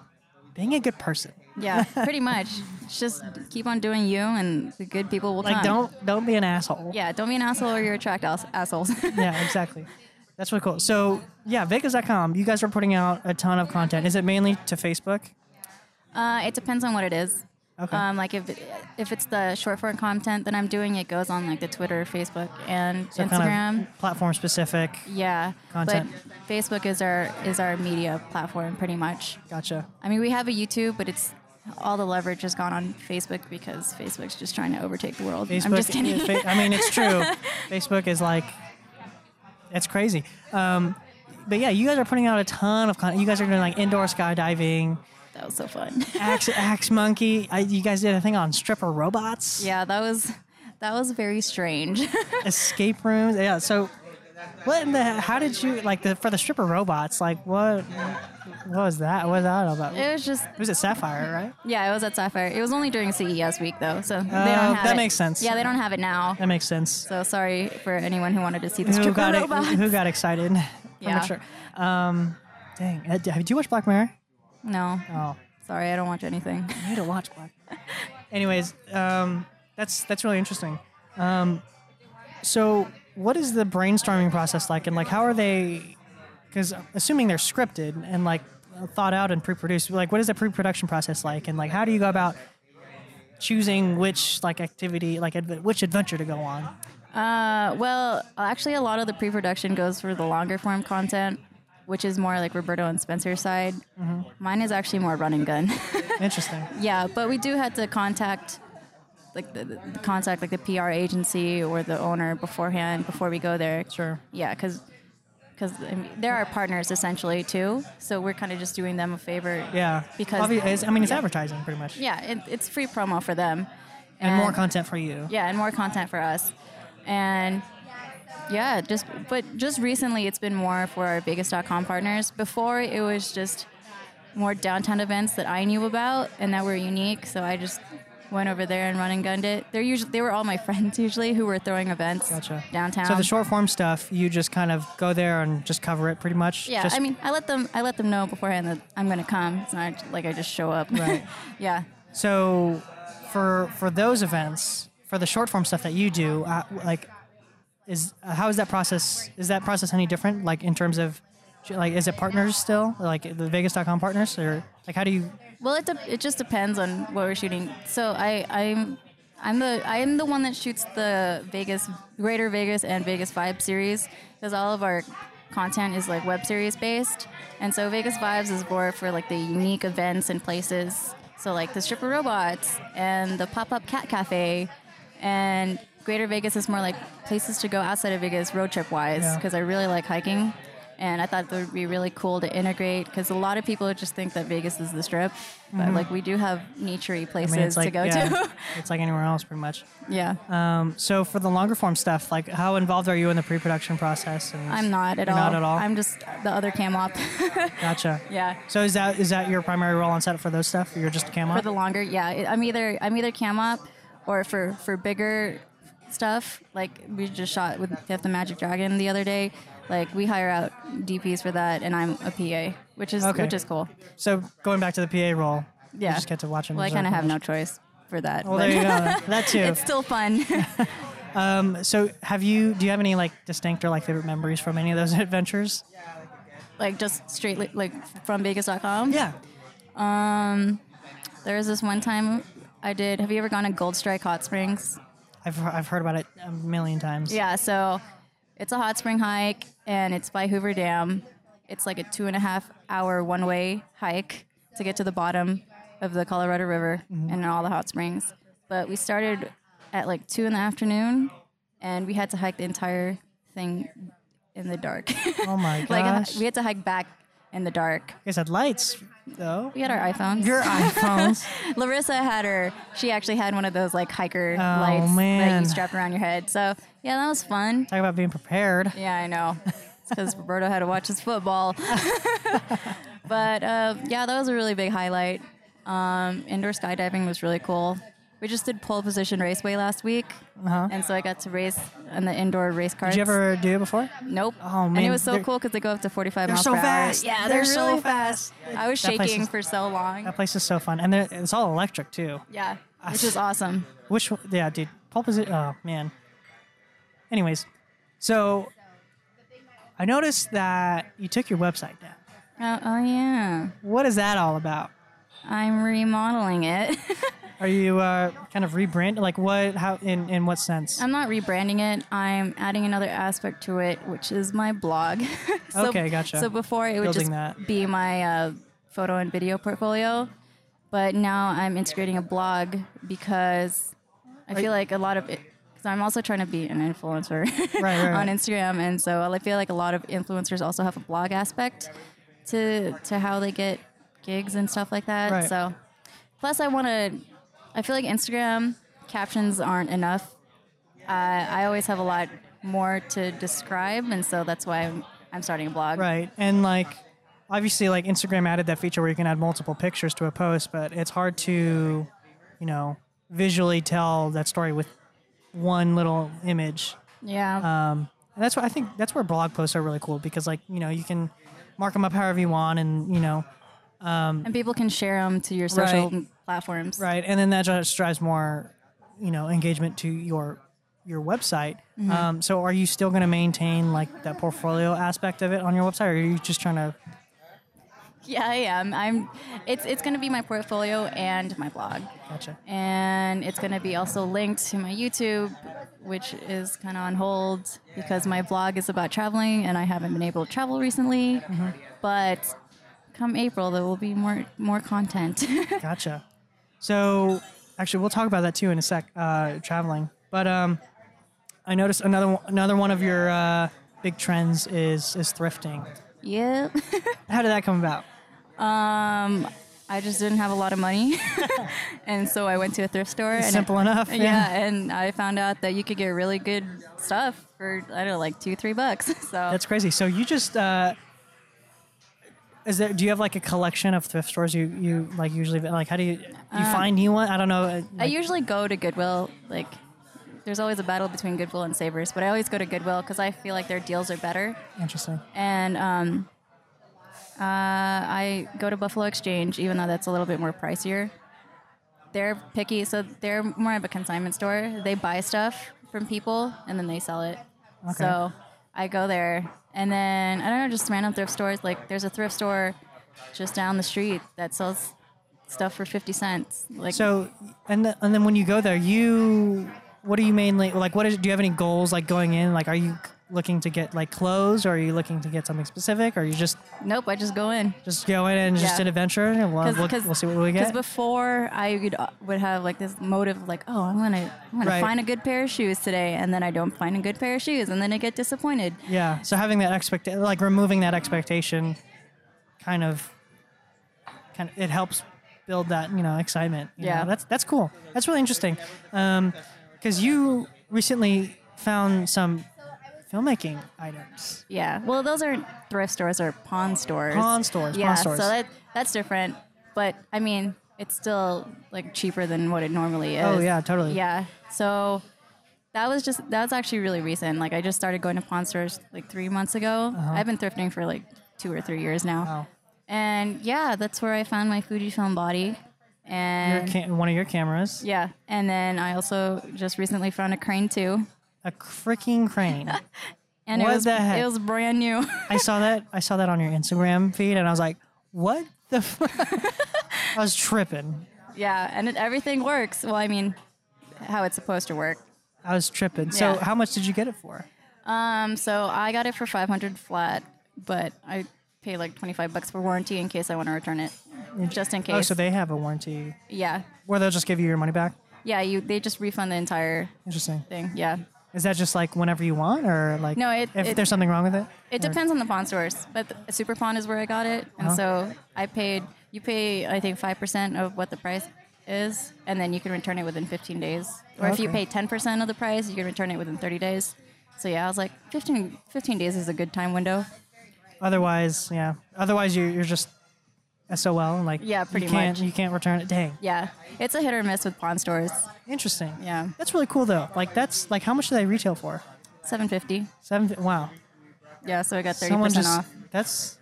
being a good person.
yeah, pretty much. It's just keep on doing you and the good people will
Like
come.
don't don't be an asshole.
Yeah, don't be an asshole or you attract ass- assholes.
yeah, exactly. That's really cool. So yeah, Vegas.com. You guys are putting out a ton of content. Is it mainly to Facebook?
uh, it depends on what it is.
Okay.
Um, like if if it's the short form content that I'm doing, it goes on like the Twitter, Facebook, and
So
Instagram.
kind of platform specific.
Yeah,
Content.
but Facebook is our is our media platform pretty much.
Gotcha.
I mean, we have a YouTube, but it's all the leverage has gone on Facebook because Facebook's just trying to overtake the world.
Facebook.
I'm just kidding.
yeah, fa- I mean, it's true. Facebook is like, it's crazy. Um, but yeah, you guys are putting out a ton of content. You guys are doing like indoor skydiving,
that was so fun.
axe, axe monkey. I, you guys did a thing on stripper robots,
yeah, that was that was very strange.
escape rooms. Yeah. So, what in the? How did you like the for the stripper robots? Like what? What was that? What was that all about?
it was just
It was at Sapphire, right?
yeah, it was at Sapphire. It was only during CES week though, so they don't
Oh,
have
that
it.
makes sense.
Yeah, they don't have it now.
That makes sense.
So sorry for anyone who wanted to see the
who
stripper
got it,
robots.
who got excited
Yeah.
premature. Um, dang, uh, do you watch Black Mirror?
No,
Oh,
sorry, I don't watch anything.
I need to watch Black. Anyways, um, that's that's really interesting. Um, so, what is the brainstorming process like, and like how are they? Because assuming they're scripted and like thought out and pre-produced, like what is the pre-production process like, and like how do you go about choosing which like activity, like adve- which adventure to go on?
Uh, well, actually, a lot of the pre-production goes for the longer form content, which is more like Roberto and Spencer's side. Mine is actually more run and gun.
Interesting.
yeah, but we do have to contact, like the, the contact like the PR agency or the owner beforehand before we go there.
Sure.
Yeah, because. Because I mean, they're our partners essentially too, so we're kind of just doing them a favor.
Yeah.
Because-
Obvi- it's- I mean, it's
yeah.
advertising pretty much.
yeah, it, it's free promo for them,
and more content for you.
yeah and more content for us and yeah just but just recently it's been more for our vegas.com partners before it was just more downtown events that i knew about and that were unique so i just went over there and run and gunned it they're usually they were all my friends usually who were throwing events
Gotcha.
downtown
So the short form stuff, you just kind of go there and just cover it pretty much.
yeah
Just-
i mean i let them i let them know beforehand that i'm gonna come it's not like i just show up
Right.
yeah
So for for those events, for the short form stuff that you do, uh, like is uh, how is that process? Is that process any different? Like in terms of like is it partners still? Like the Vegas.com partners or Like, how do you?
Well, it de- it just depends on what we're shooting. So I I'm I'm the I'm the one that shoots the Vegas Greater Vegas and Vegas Vibe series because all of our content is like web series based, and so Vegas Vibes is more for like the unique events and places. So like the stripper robots and the pop up cat cafe, and Greater Vegas is more like places to go outside of Vegas road trip wise
Yeah.
because I really like hiking. And I thought that would be really cool to integrate because a lot of people just think that Vegas is the strip, but like we do have naturey
Mm-hmm. I
places
mean, it's like
to go
yeah, Uh,
to.
it's like anywhere else, pretty much.
yeah,
Um, so for the longer form stuff, like how involved are you in the pre-production process? And
I'm not at
You're
all.
Not at all.
I'm just the other cam op.
gotcha.
yeah,
So is that is that your primary role on set for those stuff? You're just a cam
for
op?
the longer. Yeah, it- I'm either I'm either cam op or for for bigger stuff. Like we just shot with Fifth and Magic Dragon the other day. Like we hire out DPs for that, and I'm a PA, which is
Okay.
which is cool.
So going back to the PA role,
Yeah,
you just get to watch and
Well, I
observe
kind
and
of have
watch.
no choice for that.
"Oh, Well,
but-
there you go. That too.
it's still fun.
so have you? Do you have any like distinct or like favorite memories from any of those adventures?
like just straight li- like from Vegas.com.
Yeah.
There was this one time I did. Have you ever gone to Gold Strike Hot Springs?
I've, I've heard about it a million times.
Yeah. So it's a hot spring hike, and it's by Hoover Dam. It's like a two and a half hour one way hike to get to the bottom of the Colorado River
Mm-hmm.
and all the hot springs. But we started at like two in the afternoon, and we had to hike the entire thing in the dark.
Oh my
like uh,
gosh.
we had to hike back in the dark.
you guys had lights though.
We had our iPhones.
Your iPhones.
Larissa had her. She actually had one of those like hiker lights that
Oh, man.
you strap around your head. So yeah, that was fun.
Talk about being prepared.
Yeah, I know. It's because Roberto had to watch his football. but uh, yeah, that was a really big highlight. Um, indoor skydiving was really cool. We just did pole position raceway last week,
Uh-huh.
and so I got to race on the indoor race carts.
Did you ever do it before?
Nope.
Oh,
And it
man,
was so
they're-
cool because they go up to 45
They're
miles
so
per
fast.
hour. Yeah,
They're
they're,
so
really fast. I was
That place
shaking
is-
for so long.
That place is so fun, and they're- it's all electric too.
Yeah, which is awesome.
Which one- yeah, dude. Pole position. Oh man. Anyways, so I noticed that you took your website down.
Oh, oh yeah,
What is that all about?
I'm remodeling it.
Are you uh, kind of rebrand? Like what? How? In in what sense?
I'm not rebranding it. I'm adding another aspect to it, which is my blog. so,
Okay, gotcha.
So before it would
Building
just
that.
be my uh, photo and video portfolio, but now I'm integrating a blog because I feel like a lot of it. Because I'm also trying to be an influencer
Right, right,
on
right.
Instagram, and so I feel like a lot of influencers also have a blog aspect to to how they get gigs and stuff like that.
Right.
So, plus I want to. I feel like Instagram captions aren't enough. Uh, I always have a lot more to describe, and so that's why I'm, I'm starting a blog.
Right. And like obviously like Instagram added that feature where you can add multiple pictures to a post, but it's hard to, you know, visually tell that story with one little image.
Yeah.
Um, and that's why I think that's where blog posts are really cool because like, you know, you can mark them up however you want and, you know,
and people can share them to your social
Um, Right.
platforms.
right. And then that just drives more, you know, engagement to your your website. Um, so are you still going to maintain like that portfolio aspect of it on your website or are you just trying to
Yeah, I am. I'm. It's it's going to be my portfolio and my blog,
gotcha.
and it's going to be also linked to my YouTube, which is kind of on hold because my blog is about traveling, and I haven't been able to travel recently.
Mm-hmm.
But come April, there will be more more content.
Gotcha. So, actually, we'll talk about that too in a sec. Uh, traveling, but um, I noticed another one, another one of your uh, big trends is is thrifting.
yep.
How did that come about?
Um, I just didn't have a lot of money, and so I went to a thrift store. and
Simple enough.
Yeah. and I found out that you could get really good stuff for I don't know, like two, three bucks. So
that's crazy. So you just uh, is there? Do you have like a collection of thrift stores you you like usually like? How do you you find new one? I don't know. uh,
Uh, I
Like,
usually go to Goodwill. Like, there's always a battle between Goodwill and Savers, but I always go to Goodwill because I feel like their deals are better.
interesting.
And um, uh, I go to Buffalo Exchange, even though that's a little bit more pricier. They're picky, so they're more of a consignment store. They buy stuff from people and then they sell it. So I go there, and then I don't know, just random thrift stores. Like, there's a thrift store just down the street that sells stuff for 50 cents. Like
So, and th- and then when you go there, you what are you mainly like? What is? Do you have any goals like going in? Like, are you looking to get like clothes, or are you looking to get something specific, or you just
nope, I just go in.
just go in and just
Yeah.
an adventure, and we'll, we'll, we'll see what we get.
Because before I would, uh, would have like this motive, like, oh, I'm gonna, I'm gonna
Right.
find a good pair of shoes today, and then I don't find a good pair of shoes, and then I get disappointed.
yeah. So having that expect like removing that expectation, kind of, kind of it helps build that you know excitement. you
Yeah.
know? That's that's cool. That's really interesting. Um, because you recently found some filmmaking items.
Yeah. Well, those aren't thrift stores; they're pawn stores.
Pawn stores, pawn
Yeah.
stores.
So that that's different, but I mean, it's still like cheaper than what it normally is.
Oh, yeah, totally.
Yeah. So that was just that was actually really recent. Like I just started going to pawn stores like three months ago. I've been thrifting for like two or three years now.
Uh-huh. Wow.
And yeah, that's where I found my Fujifilm body.
Your
And
ca- one of your cameras.
yeah, and then I also just recently found a crane too.
A freaking crane.
And
What
it was
the heck?
it was brand new.
I saw that. I saw that on your Instagram feed, and I was like, "What the?" F-? I was tripping.
yeah, and it, everything works. Well, I mean, how it's supposed to work.
I was tripping. So,
Yeah.
how much did you get it for?
Um, so I got it for 500 flat, but I pay like 25 bucks for warranty in case I want to return it. Just in case.
Oh, so they have a warranty,
yeah.
or they'll just give you your money back.
Yeah, you they just refund the entire
Interesting.
thing. Yeah.
Is that just like whenever you want, or like
No, it-
if
it-
there's something wrong with it?
It
Or-
depends on the pawn stores, but the Super Pawn is where I got it, and so I paid. You pay, I think, five percent of what the price is, and then you can return it within 15 days. Or if you
Okay.
pay 10 percent of the price, you can return it within 30 days. So yeah, I was like, 15, 15 days is a good time window.
Otherwise, yeah. Otherwise, you're, you're just SOL and like
Yeah, pretty
you can't,
much.
You can't return it. Dang.
Yeah, it's a hit or miss with pawn stores.
Interesting.
Yeah.
That's really cool though. Like that's like how much do they retail for?
750.
Seven. Wow.
Yeah, so I got 30
Someone
percent
just
off,
that's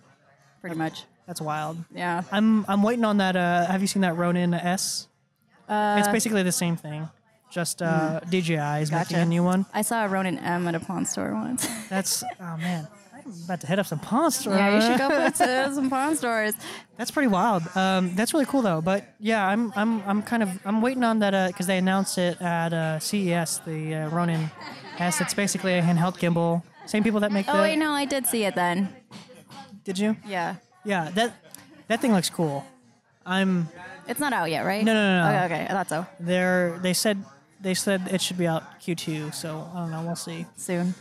pretty much.
that's wild.
Yeah.
I'm I'm waiting on that. Uh, have you seen that Ronin S? Uh, it's basically the same thing, just uh, DJI is making
Hmm. Gotcha.
a new one.
I saw a Ronin M at a pawn store once.
That's oh man, I'm about to hit up some pawn store.
yeah, you should go put to some pawn stores.
That's pretty wild. Um, that's really cool though. But yeah, I'm I'm I'm kind of I'm waiting on that because they announced it at uh, CES the uh, Ronin S. It's basically a handheld gimbal. Same people that make the.
Oh wait, no, I did see it then.
Did you?
Yeah.
Yeah, that that thing looks cool. I'm
It's not out yet, right?
No, no, no, no.
Okay, okay, I thought so.
there. They said they said it should be out Q2. So I don't know. We'll see.
Soon,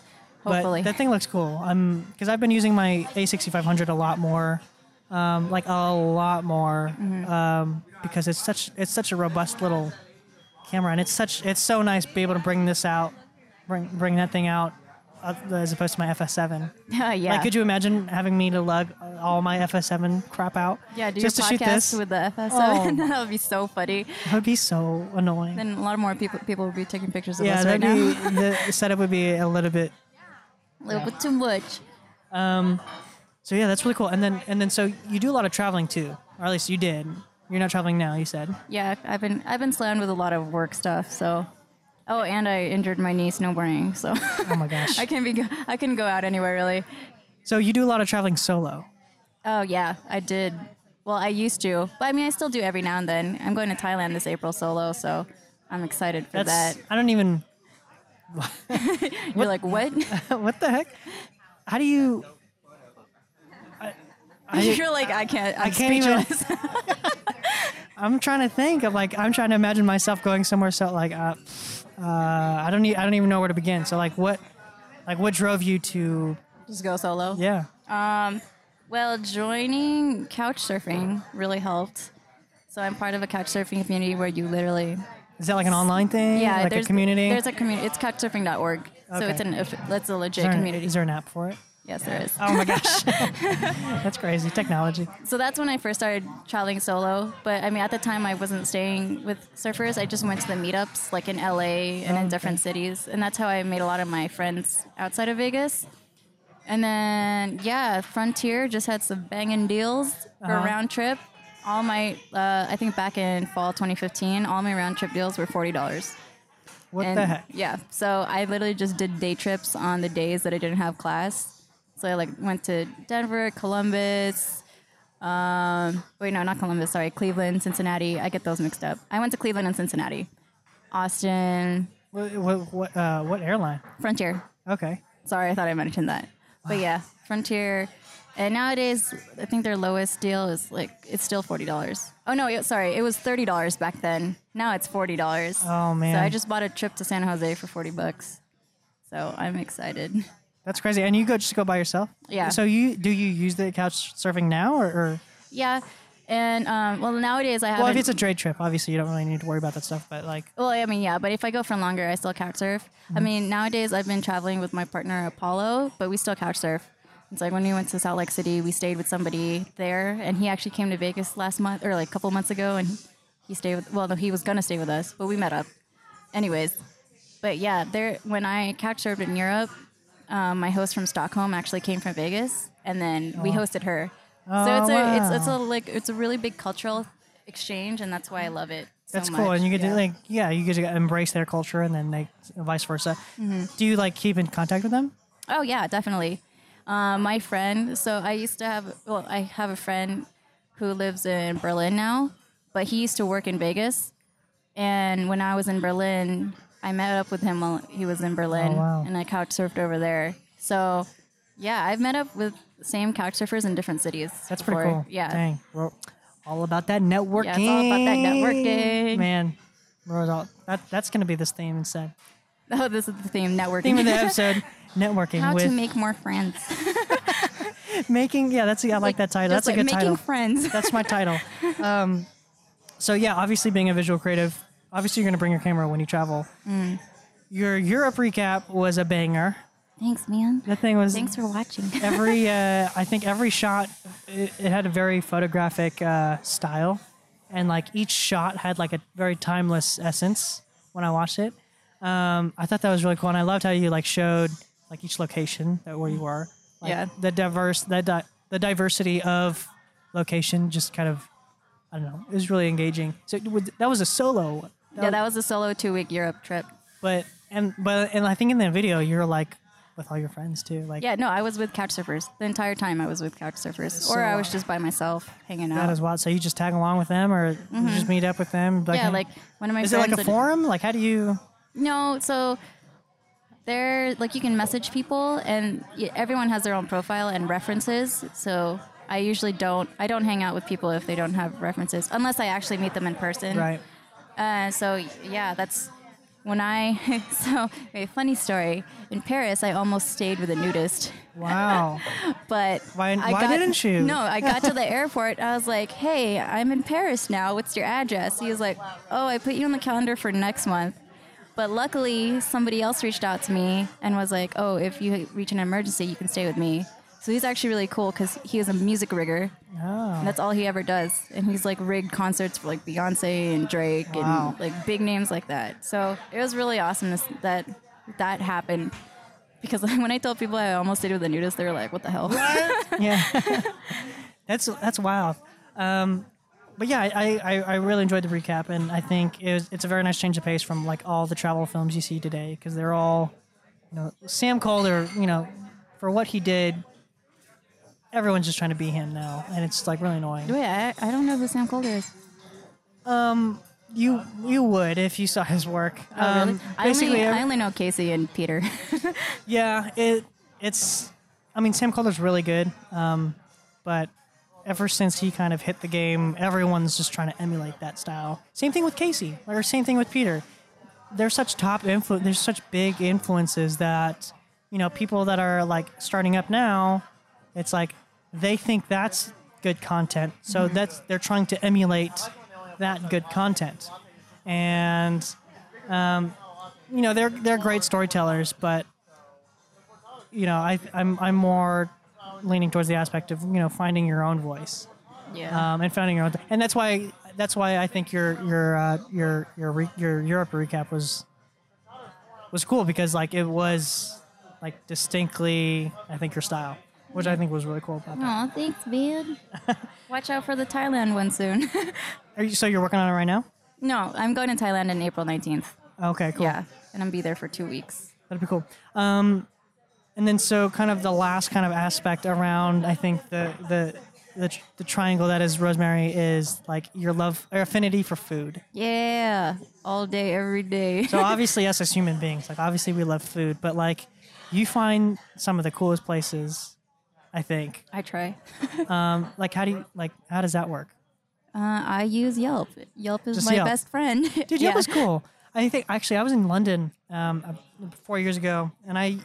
But
hopefully.
that thing looks cool. I'm because I've been using my A6500 a lot more, um, like a lot more,
Mm-hmm.
um, because it's such it's such a robust little camera, and it's such it's so nice to be able to bring this out, bring bring that thing out, uh, as opposed to my FS7.
yeah, yeah.
Like, could you imagine having me to lug uh, all my FS7 crap out?
yeah, do
just
your
to shoot this.
podcast with the FS7.
Oh.
that would be so funny.
that would be so annoying.
Then a lot of more people people would be taking pictures of
yeah,
us right
that'd
now.
be
a
the setup would be a little bit
little bit too much.
So yeah, that's really cool. And then and then so you do a lot of traveling too, or at least you did. You're not traveling now, you said.
Yeah, I've been I've been slammed with a lot of work stuff. So, oh, and I injured my knee snowboarding. So
Oh my gosh.
I can't be go- I couldn't go out anywhere really.
so you do a lot of traveling solo.
Oh yeah, I did. Well, I used to, but I mean, I still do every now and then. I'm going to Thailand this April solo, so I'm excited for
That's
that.
I don't even
You're like, what?
what the heck? How do you
You're like, I can't. I'm
I can't even-
speechless.
I'm trying to think. I'm like I'm trying to imagine myself going somewhere so like uh, uh I don't e- I don't even know where to begin. So like what like what drove you to
Just go solo.
yeah.
Well, joining couch surfing really helped. So I'm part of a couch surfing community where you literally
Is that like an online thing?
yeah
like a
there's
community?
There's a community. It's couchsurfing.org. So
Okay.
it's an if- that's a legit
Is there an-
community.
Is there an app for it?
yes, there is.
Oh my gosh. that's crazy. Technology.
So that's when I first started traveling solo. But I mean, at the time, I wasn't staying with surfers. I just went to the meetups, like in LA
Oh,
and in different cities, and that's how I made a lot of my friends outside of Vegas. And then, yeah, Frontier just had some banging deals for
Uh-huh.
round trip. All my, uh, I think back in fall 2015, all my round trip deals were forty dollars.
What
And
the heck?
yeah, so I literally just did day trips on the days that I didn't have class. So I like went to Denver, Columbus, Um, wait, no, not Columbus. Sorry, Cleveland, Cincinnati. I get those mixed up. I went to Cleveland and Cincinnati, Austin,
What what what, uh, what airline?
Frontier.
Okay.
Sorry, I thought I mentioned that. But yeah, Frontier. And nowadays, I think their lowest deal is like it's still forty dollars. Oh no, it, sorry, it was thirty dollars back then. Now it's forty dollars.
Oh, man.
So I just bought a trip to San Jose for forty bucks. So I'm excited.
That's crazy. And you go just go by yourself?
Yeah.
So you do you use the couch surfing now or, or
Yeah, and um, well nowadays I have.
well if it's a trade trip, obviously you don't really need to worry about that stuff, but like
Well, I mean, yeah, but if I go for longer, I still couch surf. I mean, nowadays I've been traveling with my partner Apollo, but we still couch surf. It's like when we went to Salt Lake City, we stayed with somebody there, and he actually came to Vegas last month or like a couple months ago, and he stayed with. Well, no, he was gonna stay with us, but we met up. Anyways, but yeah, there when I couch surfed in Europe, um, my host from Stockholm actually came from Vegas, and then
Oh.
we hosted her. so it's a it's it's a like it's a really big cultural exchange, and that's why I love it. so
that's cool. And you
much,
get
yeah.
to like yeah, you get to embrace their culture and then they vice versa.
Mm-hmm.
Do you like keep in contact with them?
Oh yeah, definitely. Uh, my friend. So I used to have. Well, I have a friend who lives in Berlin now, but he used to work in Vegas. And when I was in Berlin, I met up with him while he was in Berlin,
Oh, wow.
and I couch surfed over there. So, yeah, I've met up with same couch surfers in different cities.
That's pretty
before.
cool.
Yeah.
Dang. Well, all about that networking.
Yeah, it's all about that networking.
Man, we're all- that, that's going to be this theme instead.
Oh, this is the theme networking.
Theme of the episode networking
How
with
to make more friends.
making. Yeah, that's I like, that title. That's
Just
a
like
good
making
title.
friends.
That's my title. Um, so yeah, obviously being a visual creative, obviously you're gonna bring your camera when you travel. Your Europe recap was a banger.
Thanks, man.
That thing was
Thanks for watching.
every. Uh, I think every shot it, it had a very photographic uh, style, and like each shot had like a very timeless essence. When I watched it, um, I thought that was really cool, and I loved how you like showed like each location that where you were. Like,
Yeah.
the diverse the di- the diversity of location just kind of I don't know. It was really engaging. So it would, that was a solo.
yeah, that was a solo two week Europe trip.
But and but and I think in the video you're like with all your friends too. Like
Yeah, no, I was with couch surfers the entire time. I was with couch surfers, or I was just by myself hanging
that
out.
is wild. So you just tag along with them, or you just meet up with them. Like,
Mm-hmm. yeah, like one of my
is it
friends.
like a
that-
forum? Like how do you?
No, so they're like you can message people, and y- everyone has their own profile and references. So I usually don't. I don't hang out with people if they don't have references, unless I actually meet them in person.
Right.
Uh, so yeah, that's when I. so a funny story. In Paris, I almost stayed with a nudist.
Wow.
But
Why-
I
why
got-
didn't you?
No, I got to the airport. I was like, "Hey, I'm in Paris now. What's your address?" He was like, "Oh, I put you on the calendar for next month." But luckily, somebody else reached out to me and was like, "Oh, if you reach an emergency, you can stay with me." So he's actually really cool because he is a music rigger.
Oh.
That's all he ever does, and he's like rigged concerts for like Beyonce and Drake
Wow.
and like big names like that. So it was really awesome to s- that that happened. Because when I told people I almost stayed with a nudist, they were like, "What the hell?"
yeah. that's that's wild. Um, but yeah, I, I, I really enjoyed the recap, and I think it was, it's a very nice change of pace from like all the travel films you see today because they're all, you know, Sam Calder, you know, for what he did, everyone's just trying to be him now, and it's like really annoying.
Wait, I, I don't know who Sam Calder is.
You you would if you saw his work.
Oh,
um,
really? I,
Basically,
only,
ev-
I only know Casey and Peter.
Yeah, it it's. I mean, Sam Calder's really good, um, but ever since he kind of hit the game, everyone's just trying to emulate that style. Same thing with Casey, or same thing with Peter. They're such top influ. They're such big influences that you know people that are like starting up now. It's like they think that's good content, so that's they're trying to emulate that good content, and um, you know they're they're great storytellers, but you know, I, I'm I'm more leaning towards the aspect of you know finding your own voice
yeah.
um, and finding your own, and that's why that's why I think your your uh, your your re- your Europe recap was was cool because like it was like distinctly I think your style, which I think was really cool about that.
Aw, thanks, man. Watch out for the Thailand one soon.
Are you, so you're working on it right now?
no, I'm going to Thailand on April 19th.
Okay, cool.
Yeah, and I'm be there for two weeks.
That'd be cool. Um, and then so kind of the last kind of aspect around I think the the the, tr- the triangle that is Rosemary is like your love or affinity for food.
Yeah, all day, every day.
So obviously, us as human beings, like obviously we love food, but like you find some of the coolest places, I think.
I try.
Um, like how do you like how does that work?
Uh, I use Yelp. Yelp is
Just
my
Yelp.
best friend.
Dude, Yelp was cool. I think actually I was in London um, uh, four years ago, and I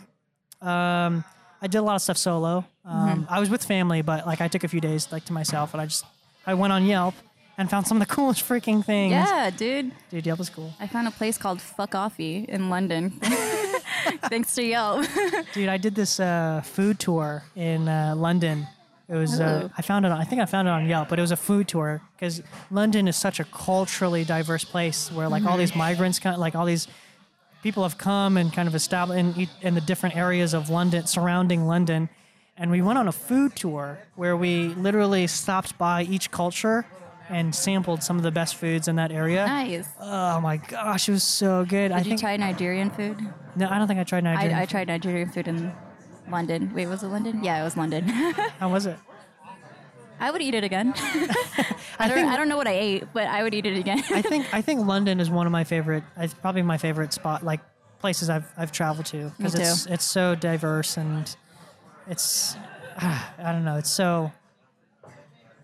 um, I did a lot of stuff solo. Um, I was with family, but like I took a few days like to myself, and I just I went on Yelp and found some of the coolest freaking things.
Yeah, dude.
Dude, Yelp was cool.
I found a place called Fuck Offie in London. Thanks to Yelp.
Dude, I did this uh, food tour in uh, London. It was uh,
Oh.
I found it. On, I think I found it on Yelp, but it was a food tour because London is such a culturally diverse place where
Mm-hmm.
like all these migrants, kind like all these people have come and kind of established in, each- in the different areas of London, surrounding London. And we went on a food tour where we literally stopped by each culture and sampled some of the best foods in that area.
nice.
Oh my gosh, it was so good. I
Did you
think
try Nigerian food?
no, I don't think I tried Nigerian.
I, I
food.
tried Nigerian food in London. Wait, was it London? Yeah, it was London.
How was it?
I would eat it again. I, don't,
think-
I don't know what I ate, but I would eat it again.
I think I think London is one of my favorite. It's probably my favorite spot, like places I've I've traveled to because
Me too.
it's it's so diverse and it's ah, I don't know. It's so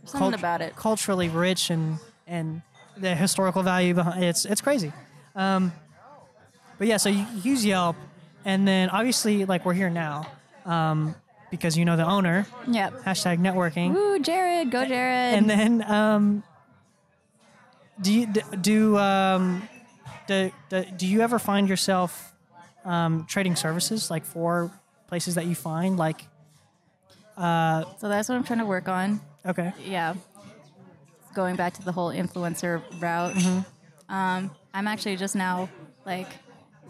Something
cult-
about it.
culturally rich and and the historical value behind it's it's crazy. Um, but yeah, so you use Yelp, and then obviously like we're here now um, because you know the owner.
Yep.
Hashtag networking.
Woo, Jared. Go, Jared.
And then, um, do you d- do um, do, do, do you ever find yourself um, trading services like for places that you find like
so that's what I'm trying to work on.
okay
yeah, going back to the whole influencer route,
Mm-hmm.
um, I'm actually just now, like,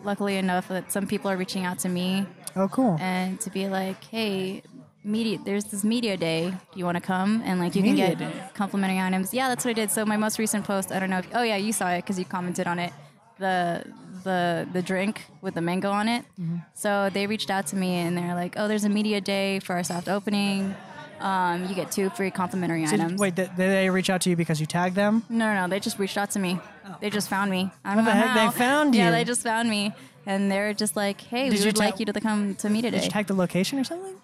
luckily enough that some people are reaching out to me
oh cool
and to be like, hey, media, there's this media day. Do you want to come? And like, you
Media
can get
day.
complimentary items. Yeah, that's what I did. So my most recent post, I don't know if, oh yeah, you saw it because you commented on it. The, the the drink with the mango on it.
Mm-hmm.
So they reached out to me and they're like, "Oh, there's a media day for our soft opening. Um, you get two free complimentary
Did-
items."
wait did, did they reach out to you because you tagged them
No, no, they just reached out to me. They just found me. I don't
Oh. What
know
the heck? They
how.
found
Yeah,
you.
they just found me, and they're just like, "Hey,
Did
we
you
would
ta-
like you to come to me
did
today."
you tag the location or something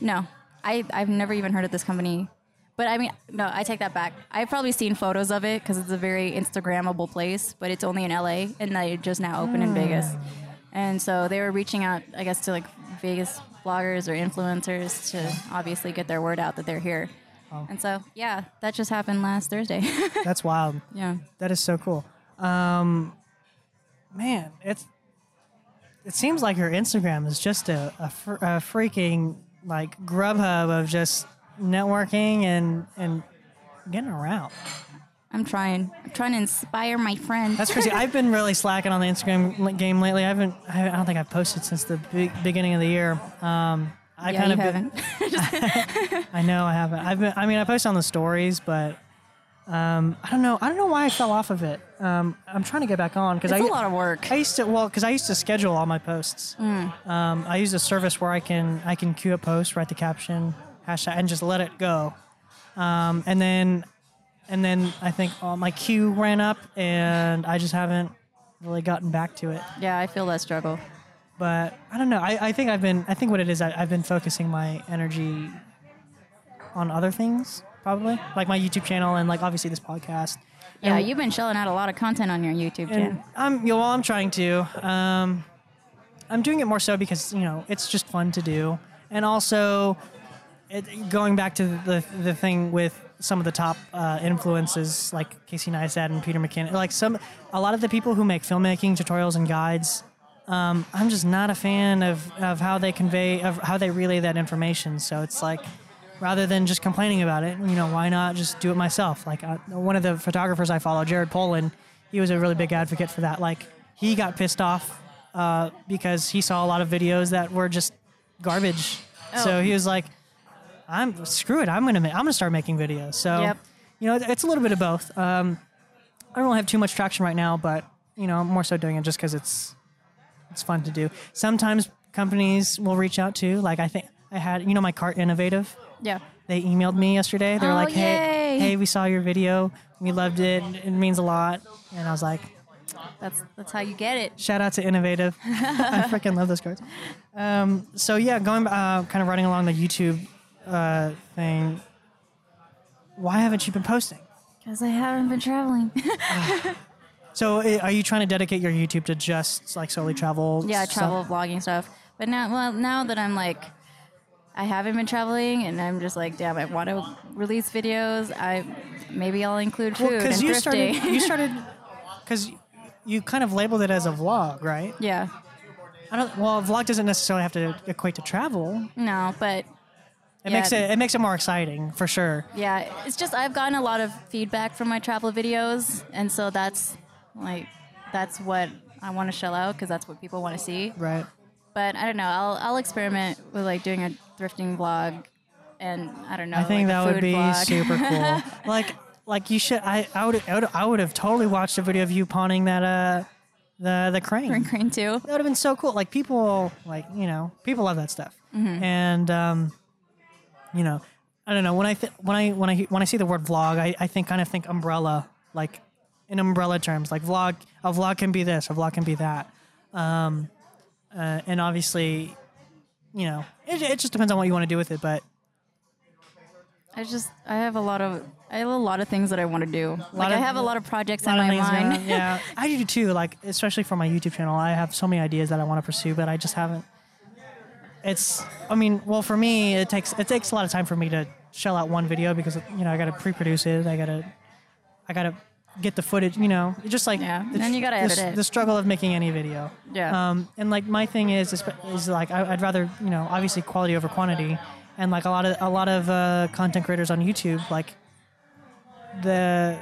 no, I I've never even heard of this company, but I mean, no, I take that back. I've probably seen photos of it because it's a very Instagrammable place, but it's only in LA, and they just now open in Vegas, and so they were reaching out, I guess, to like Vegas bloggers or influencers to obviously get their word out that they're here. And so, yeah, that just happened last Thursday.
that's wild
yeah.
that is so cool um, man it's it seems like your Instagram is just a a, fr- a freaking like Grubhub of just networking and and getting around.
I'm trying. I'm trying to inspire my friends.
That's crazy. I've been really slacking on the Instagram li- game lately. I haven't. I I don't think I've posted since the be- beginning of the year. Um, I
yeah,
kind
you
of. Been,
haven't.
I know I haven't. I've been. I mean, I post on the stories, but um, I don't know. I don't know why I fell off of it. Um, I'm trying to get back on because I.
It's a lot of work. Hmm.
I used to well because I used to schedule all my posts. Um, I use a service where I can I can queue a post, write the caption, hashtag, and just let it go. Um, and then and then I think all my queue ran up, and I just haven't really gotten back to it.
Yeah, I feel that struggle.
But I don't know. I, I think I've been I think what it is I, I've been focusing my energy on other things probably like my YouTube channel and like obviously this podcast.
Yeah, you've been shelling out a lot of content on your
And
YouTube channel.
I'm you know, well, I'm trying to. Um, I'm doing it more so because you know it's just fun to do, and also it, going back to the the thing with some of the top uh, influences like Casey Neistat and Peter McKinnon, like some a lot of the people who make filmmaking tutorials and guides. Um, I'm just not a fan of, of how they convey of how they relay that information. So it's like rather than just complaining about it, you know, why not just do it myself? Like I, one of the photographers I follow, Jared Poland, he was a really big advocate for that. Like he got pissed off uh, because he saw a lot of videos that were just garbage. So
Oh.
he was like, "I'm screw it. I'm gonna ma- I'm gonna start making videos." So
Yep.
you know, it- it's a little bit of both. Um, I don't really have too much traction right now, but you know, I'm more so doing it just because it's it's fun to do. Sometimes companies will reach out to, like I think I had, you know, my cart innovative
Yeah.
They emailed me yesterday. They were
Oh,
like, "Hey,
yay.
hey, we saw your video. We loved it. It means a lot." And I was like,
That's that's how you get it.
Shout out to Innovative. I freaking love those cards. Um, so yeah, going uh, kind of running along the YouTube uh, thing. Why haven't you been posting?
Because I haven't been traveling.
So i- are you trying to dedicate your YouTube to just like solely travel?
yeah,
stuff?
travel vlogging stuff. But now, well, now that I'm like, I haven't been traveling, and I'm just like, damn, I want to release videos. I maybe I'll include food
Well,
and
you
thrifting.
started, you started, because you kind of labeled it as a vlog, right?
yeah,
I don't. Well, a vlog doesn't necessarily have to equate to travel.
no, but
It
Yeah.
makes it it makes it more exciting for sure.
yeah, it's just I've gotten a lot of feedback from my travel videos, and so that's like, that's what I want to shell out because that's what people want to see.
Right.
But I don't know. I'll I'll experiment with like doing a thrifting vlog, and I don't know.
I think
like, a
that would
food
be
vlog.
super cool. like like you should. I I would I would, I would have totally watched a video of you pawning that uh the the crane.
Green Crane too.
That would have been so cool. Like people like you know people love that stuff.
Mm-hmm.
And um, you know I don't know when I th- when I when I he- when I see the word vlog I, I think kind of think umbrella like in umbrella terms like vlog a vlog can be this a vlog can be that. Um, uh, and obviously, you know it, it just depends on what you want to do with it, but.
I just I have a lot of I have a lot of things that I want to do. Like I
of-
have a lot of projects
lot of
in my
things going
mind.
on. Yeah, I do too. Like especially for my YouTube channel, I have so many ideas that I want to pursue, but I just haven't. It's. I mean, well, for me, it takes it takes a lot of time for me to shell out one video because you know I got to pre-produce it. I gotta, I gotta get the footage. You know, It's just like
Yeah,
the,
and you gotta
the,
edit it.
the struggle of making any video.
Yeah.
Um, and like my thing is is, is like I, I'd rather you know obviously quality over quantity, and like a lot of a lot of uh, content creators on YouTube like the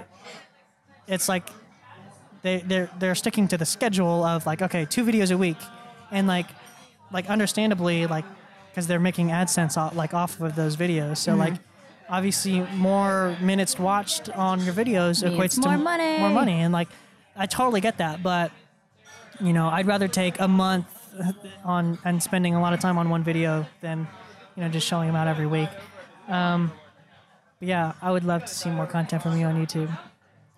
it's like they they're they're sticking to the schedule of like okay two videos a week and like like understandably like because they're making AdSense off, like off of those videos
Mm-hmm.
so like obviously more minutes watched on your videos
Means
equates to
more
m-
money.
more money and like I totally get that but you know I'd rather take a month uh, on and spending a lot of time on one video than you know just showing them out every week. Um, but yeah, I would love to see more content from you on YouTube.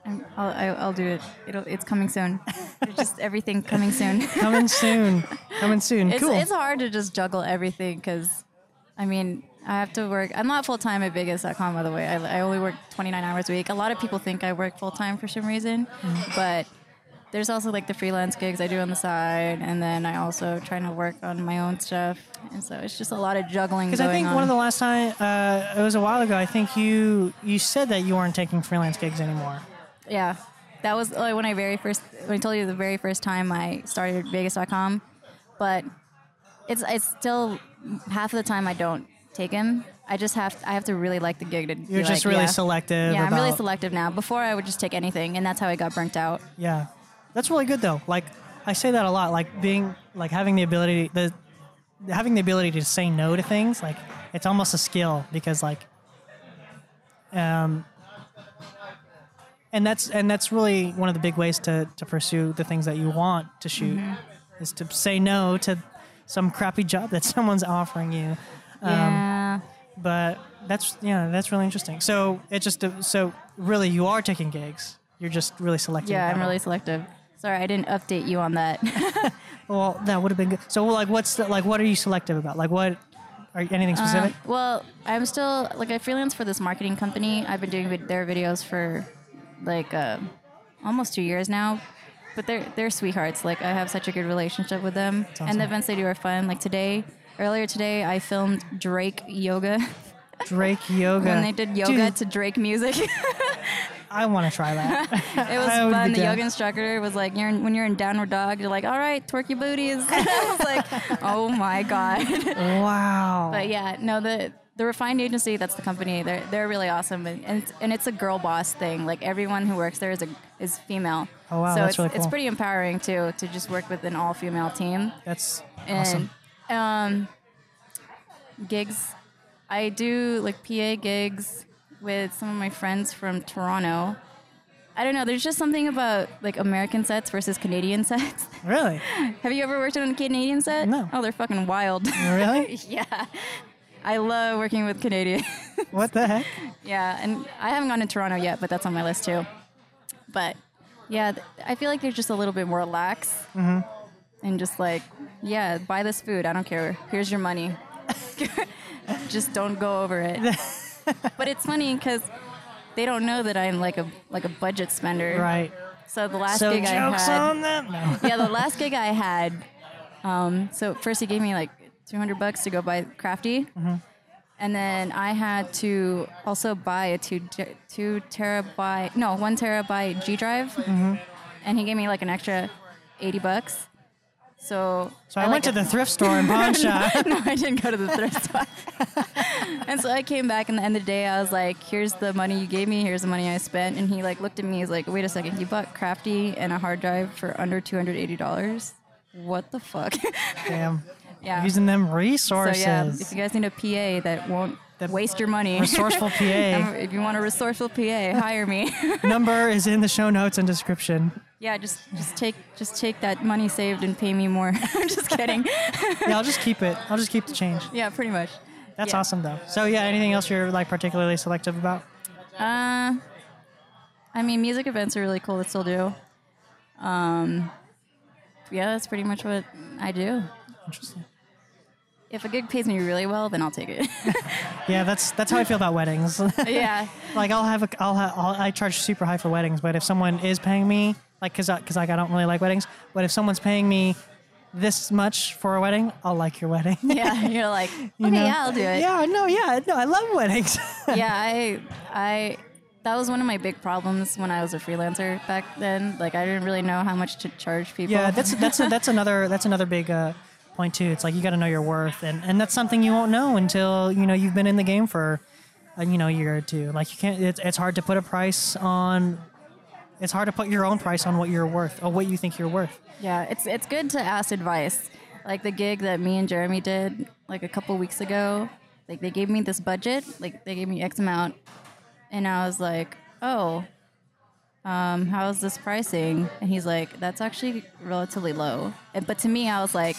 I'm, I'll, I- I'll do it. It'll, it's coming soon. It's just everything coming soon.
Coming soon. Coming soon.
it's,
cool.
it's hard to just juggle everything because, I mean, I have to work. I'm not full time at Vegas.com, by the way. I, I only work 29 hours a week. A lot of people think I work full time for some reason,
Mm.
but there's also like the freelance gigs I do on the side, and then I also trying to work on my own stuff, and so it's just a lot of juggling.
because I
going
think
on.
one of the last time uh, it was a while ago. I think you you said that you weren't taking freelance gigs anymore.
Yeah. That was like when I very first when I told you the very first time I started Vegas.com, but it's it's still half of the time I don't take him. I just have I have to really like the gig to.
You're just really selective.
Yeah, I'm really
about-
selective now. Before I would just take anything, and that's how I got burnt out.
Yeah, that's really good though. Like I say that a lot. Like being like having the ability the having the ability to say no to things. Like it's almost a skill because like um. And that's and that's really one of the big ways to, to pursue the things that you want to shoot
Mm-hmm.
is to say no to some crappy job that someone's offering you.
yeah,
But that's yeah, that's really interesting. So it just so really you are taking gigs. You're just really selective.
yeah, I'm
about it.
really selective. Sorry, I didn't update you on that.
Well, that would have been good. So, well, like, what's the, like, what are you selective about? Like, what are you- anything specific?
Um, well, I'm still like I freelance for this marketing company. I've been doing vid- their videos for like uh, almost two years now, but they're they're sweethearts. Like I have such a good relationship with them, and
awesome.
the events they do are fun. Like today, earlier today, I filmed Drake yoga
Drake yoga.
when they did yoga
Dude,
to Drake music. it
I want to try that.
was
I would
fun.
be
The
down.
yoga instructor was like, "You're in, when you're in downward dog, you're like, all right, twerk your booties." and I was like, "Oh my god."
wow.
But yeah, no, the the refined agency, that's the company. They're they're really awesome, and and it's, and it's a girl boss thing. Like everyone who works there is a is female.
Oh, wow,
so
that's
it's,
really
it's
cool.
pretty empowering too to just work with an all female team.
That's
And
awesome.
um, gigs, I do like PA gigs with some of my friends from Toronto. I don't know. There's just something about like American sets versus Canadian sets.
Really?
Have you ever worked on a Canadian set?
No.
Oh, they're fucking wild.
Really?
Yeah. I love working with Canadians.
What the heck?
yeah, and I haven't gone to Toronto yet, but that's on my list too. But yeah, th- I feel like they're just a little bit more lax
Mm-hmm.
and just like, yeah, buy this food. I don't care. Here's your money. just don't go over it. but it's funny because they don't know that I'm like a like a budget spender.
Right.
So the last
So
gig I
jokes
had
on them. No.
yeah, the last gig I had. Um, so first he gave me like 200 bucks to go buy Crafty,
Mm-hmm.
and then I had to also buy a two ge- two terabyte no one terabyte G drive,
Mm-hmm.
and he gave me like an extra 80 bucks. So
So I,
like
went to
it.
the thrift store and pawn shop.
no, I didn't go to the thrift store. and so I came back, and the end of the day, I was like, "Here's the money you gave me. Here's the money I spent." And he like looked at me. He's like, "Wait a second. You bought Crafty and a hard drive for under two hundred eighty dollars. What the fuck?"
Damn.
yeah.
Using them
so
resources.
yeah, if you guys need a PA that won't
That-
waste your money,
Resourceful
um,
PA.
if you want a resourceful PA, hire me.
Number is in the show notes and description.
yeah, just just take just take that money saved and pay me more. I'm just kidding.
Yeah, I'll just keep it. I'll just keep the change.
yeah, pretty much.
That's
Yeah.
awesome though. So yeah, anything else you're like particularly selective about?
Uh, I mean, music events are really cool to still do. Um, yeah, that's pretty much what I do.
Interesting.
If a gig pays me really well, then I'll take it.
Yeah, that's that's how I feel about weddings.
yeah,
like I'll have a I'll, ha, I'll I charge super high for weddings, but if someone is paying me like cuz cuz like I don't really like weddings, but if someone's paying me this much for a wedding, I'll like your wedding.
yeah. You're like, okay,
You know?
yeah, I'll do it.
Yeah, no, yeah, no, I love weddings.
yeah, I, I, that was one of my big problems when I was a freelancer back then. Like, I didn't really know how much to charge people.
yeah, that's that's that's another that's another big uh, point too. It's like you got to know your worth, and and that's something you won't know until you know you've been in the game for uh, you know a year or two. Like you can't. It's, it's hard to put a price on. It's hard to put your own price on what you're worth or what you think you're worth.
Yeah, it's it's good to ask advice. Like the gig that me and Jeremy did like a couple weeks ago, like they gave me this budget, like they gave me X amount, and I was like, oh, um, how is this pricing? And he's like, that's actually relatively low. And, but to me, I was like,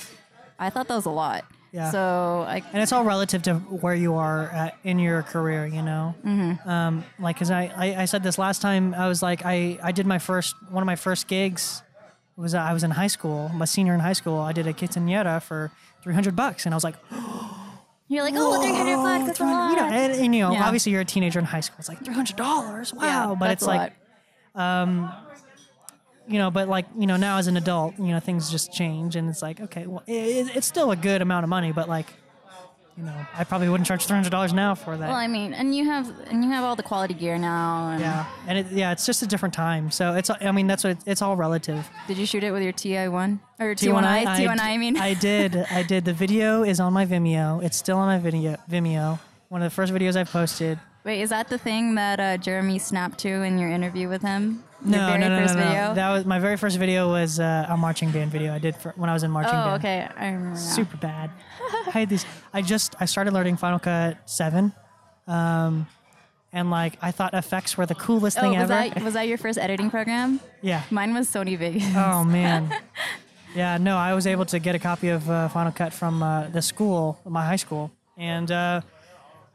I thought that was a lot.
Yeah.
So I
and it's all relative to where you are at, in your career you know mm-hmm. um, like because I, I, I said this last time i was like I, I did my first one of my first gigs was uh, i was in high school my senior in high school i did a quinceanera for 300 bucks and i was like
you're like, oh, 300 bucks, that's a lot.
you know and, and, you know
Yeah.
obviously you're a teenager in high school it's like 300 dollars wow
Yeah,
but
that's
it's
a
like
lot.
you know, but like you know, now as an adult, you know, things just change, and it's like, okay, well, it, it's still a good amount of money, but like, you know, I probably wouldn't charge three hundred dollars now for that.
well, I mean, and you have and you have all the quality gear now. And
Yeah, and it, yeah, it's just a different time. So it's I mean that's what it's, it's all relative.
Did you shoot it with your TI1 or T1i? T1i, I mean.
I did I did the video is on my Vimeo. It's still on my video Vimeo. One of the first videos I posted.
Wait, is that the thing that uh, Jeremy snapped to in your interview with him?
No,
your very
no, no,
first
no, no.
video?
That was my very first video was uh, a marching band video I did for, when I was in marching
oh,
band.
okay. I remember now.
Super bad. I had these. I just I started learning Final Cut Seven, um, and like I thought effects were the coolest
Oh,
thing
was
ever.
that was that your first editing program?
yeah.
Mine was Sony Vegas.
Oh man. Yeah, no, I was able to get a copy of uh, Final Cut from uh, the school, my high school, and uh,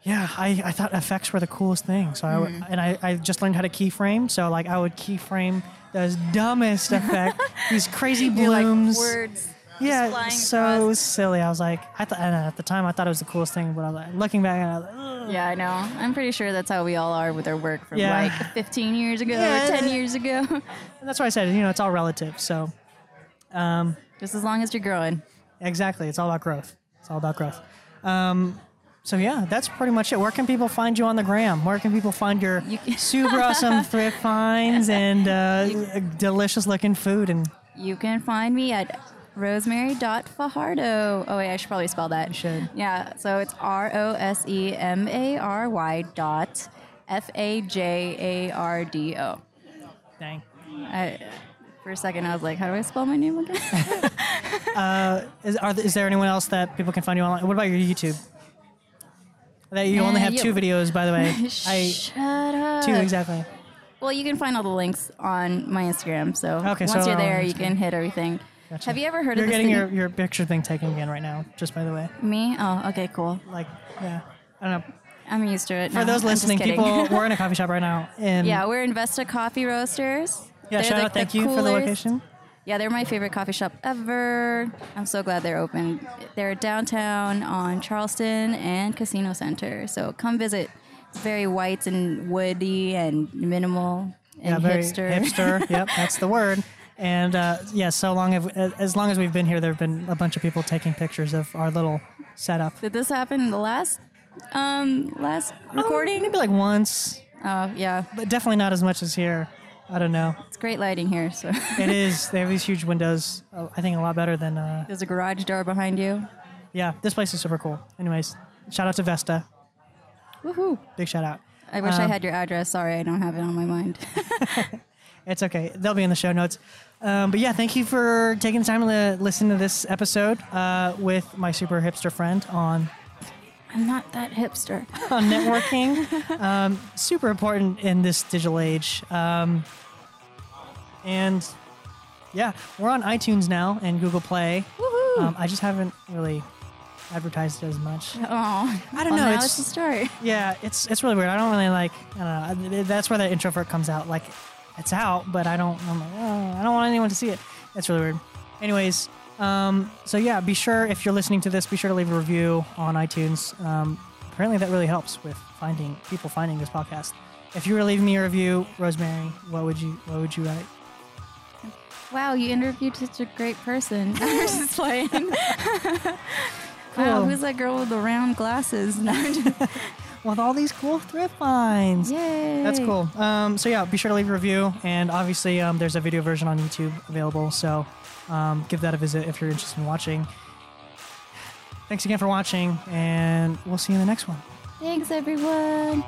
yeah, I, I thought effects were the coolest thing. So I would,
Mm-hmm.
and I, I just learned how to keyframe. So like I would keyframe the dumbest effect, these crazy
You're like,
blooms.
words.
yeah,
flying
so
across.
silly. I was like, I thought and at the time I thought it was the coolest thing, but I was like, looking back, I was like, Ugh.
Yeah, I know. I'm pretty sure that's how we all are with our work from
Yeah.
like 15 years ago
Yeah.
or 10 years ago.
And that's why I said, you know, it's all relative. So
Just as long as you're growing.
Exactly. It's all about growth. It's all about growth. Um, so yeah, that's pretty much it. Where can people find you on the gram? Where can people find your super awesome thrift finds and uh, delicious looking food? And
You can find me at rosemary.fajardo. Oh, wait, I should probably spell that. You
should.
Yeah, so it's R O S E M A R Y dot F A J A R D O.
dang,
I- For a second, I was like, how do I spell my name again?
is, are, th- is there anyone else that people can find you online? What about your YouTube? That you
Uh,
only have
yeah.
two videos, by the way. I
Shut up.
two exactly.
Well, you can find all the links on my Instagram. So
Okay,
once
so
you're
they're on
there, you
Instagram.
can hit everything.
Gotcha.
Have you ever heard
You're
of this
getting
thing?
your, your picture thing taken again right now, just by the way.
Me? Oh, okay, cool.
Like, yeah. I don't know.
I'm used to it.
For those listening, people, we're in a coffee shop right now. And
yeah, we're Investa Coffee Roasters.
yeah,
They're
shout
like
out,
the
thank you for the
coolest-
location.
Yeah, they're my favorite coffee shop ever. I'm so glad they're open. They're downtown on Charleston and Casino Center. So come visit. It's very white and woody and minimal
yeah,
and
very
hipster.
hipster. yep, that's the word. And uh, yeah, so long have, as long as we've been here, there have been a bunch of people taking pictures of our little setup.
Did this happen the last um last
Oh.
recording?
maybe like once,
Oh, yeah.
but definitely not as much as here. I don't know.
It's great lighting here. So
It is. They have these huge windows. uh, I think a lot better than. Uh,
there's a garage door behind you.
yeah, this place is super cool. Anyways, shout out to Vesta.
Woohoo.
Big shout out.
I wish I
Um,
had your address. Sorry, I don't have it on my mind.
It's okay. They'll be in the show notes. Um, but yeah, thank you for taking the time to listen to this episode uh, with my super hipster friend on
I'm not that hipster.
on networking. um, super important in this digital age. Um, and yeah, we're on iTunes now and Google Play.
Woohoo.
Um, I just haven't really advertised it as much.
Oh,
I don't know,
Now
it's-
it's the story.
Yeah, it's it's really weird. I don't really like. I don't know. I- That's where that introvert comes out. Like, it's out, but I don't. I'm like, oh, I don't want anyone to see it. That's really weird. Anyways, um, so yeah, be sure if you're listening to this, be sure to leave a review on iTunes. Um, apparently, that really helps with finding people finding this podcast. If you were leaving me a review, Rosemary, what would you what would you write?
Wow, you interviewed such a great person. I was just playing.
Cool.
Wow, who's that girl with the round glasses? No, I'm just-
With all these cool thrift finds.
Yay.
That's cool. Um, so yeah, be sure to leave a review, and obviously um, there's a video version on YouTube available. So um, give that a visit if you're interested in watching. Thanks again for watching, and we'll see you in the next one.
Thanks, everyone.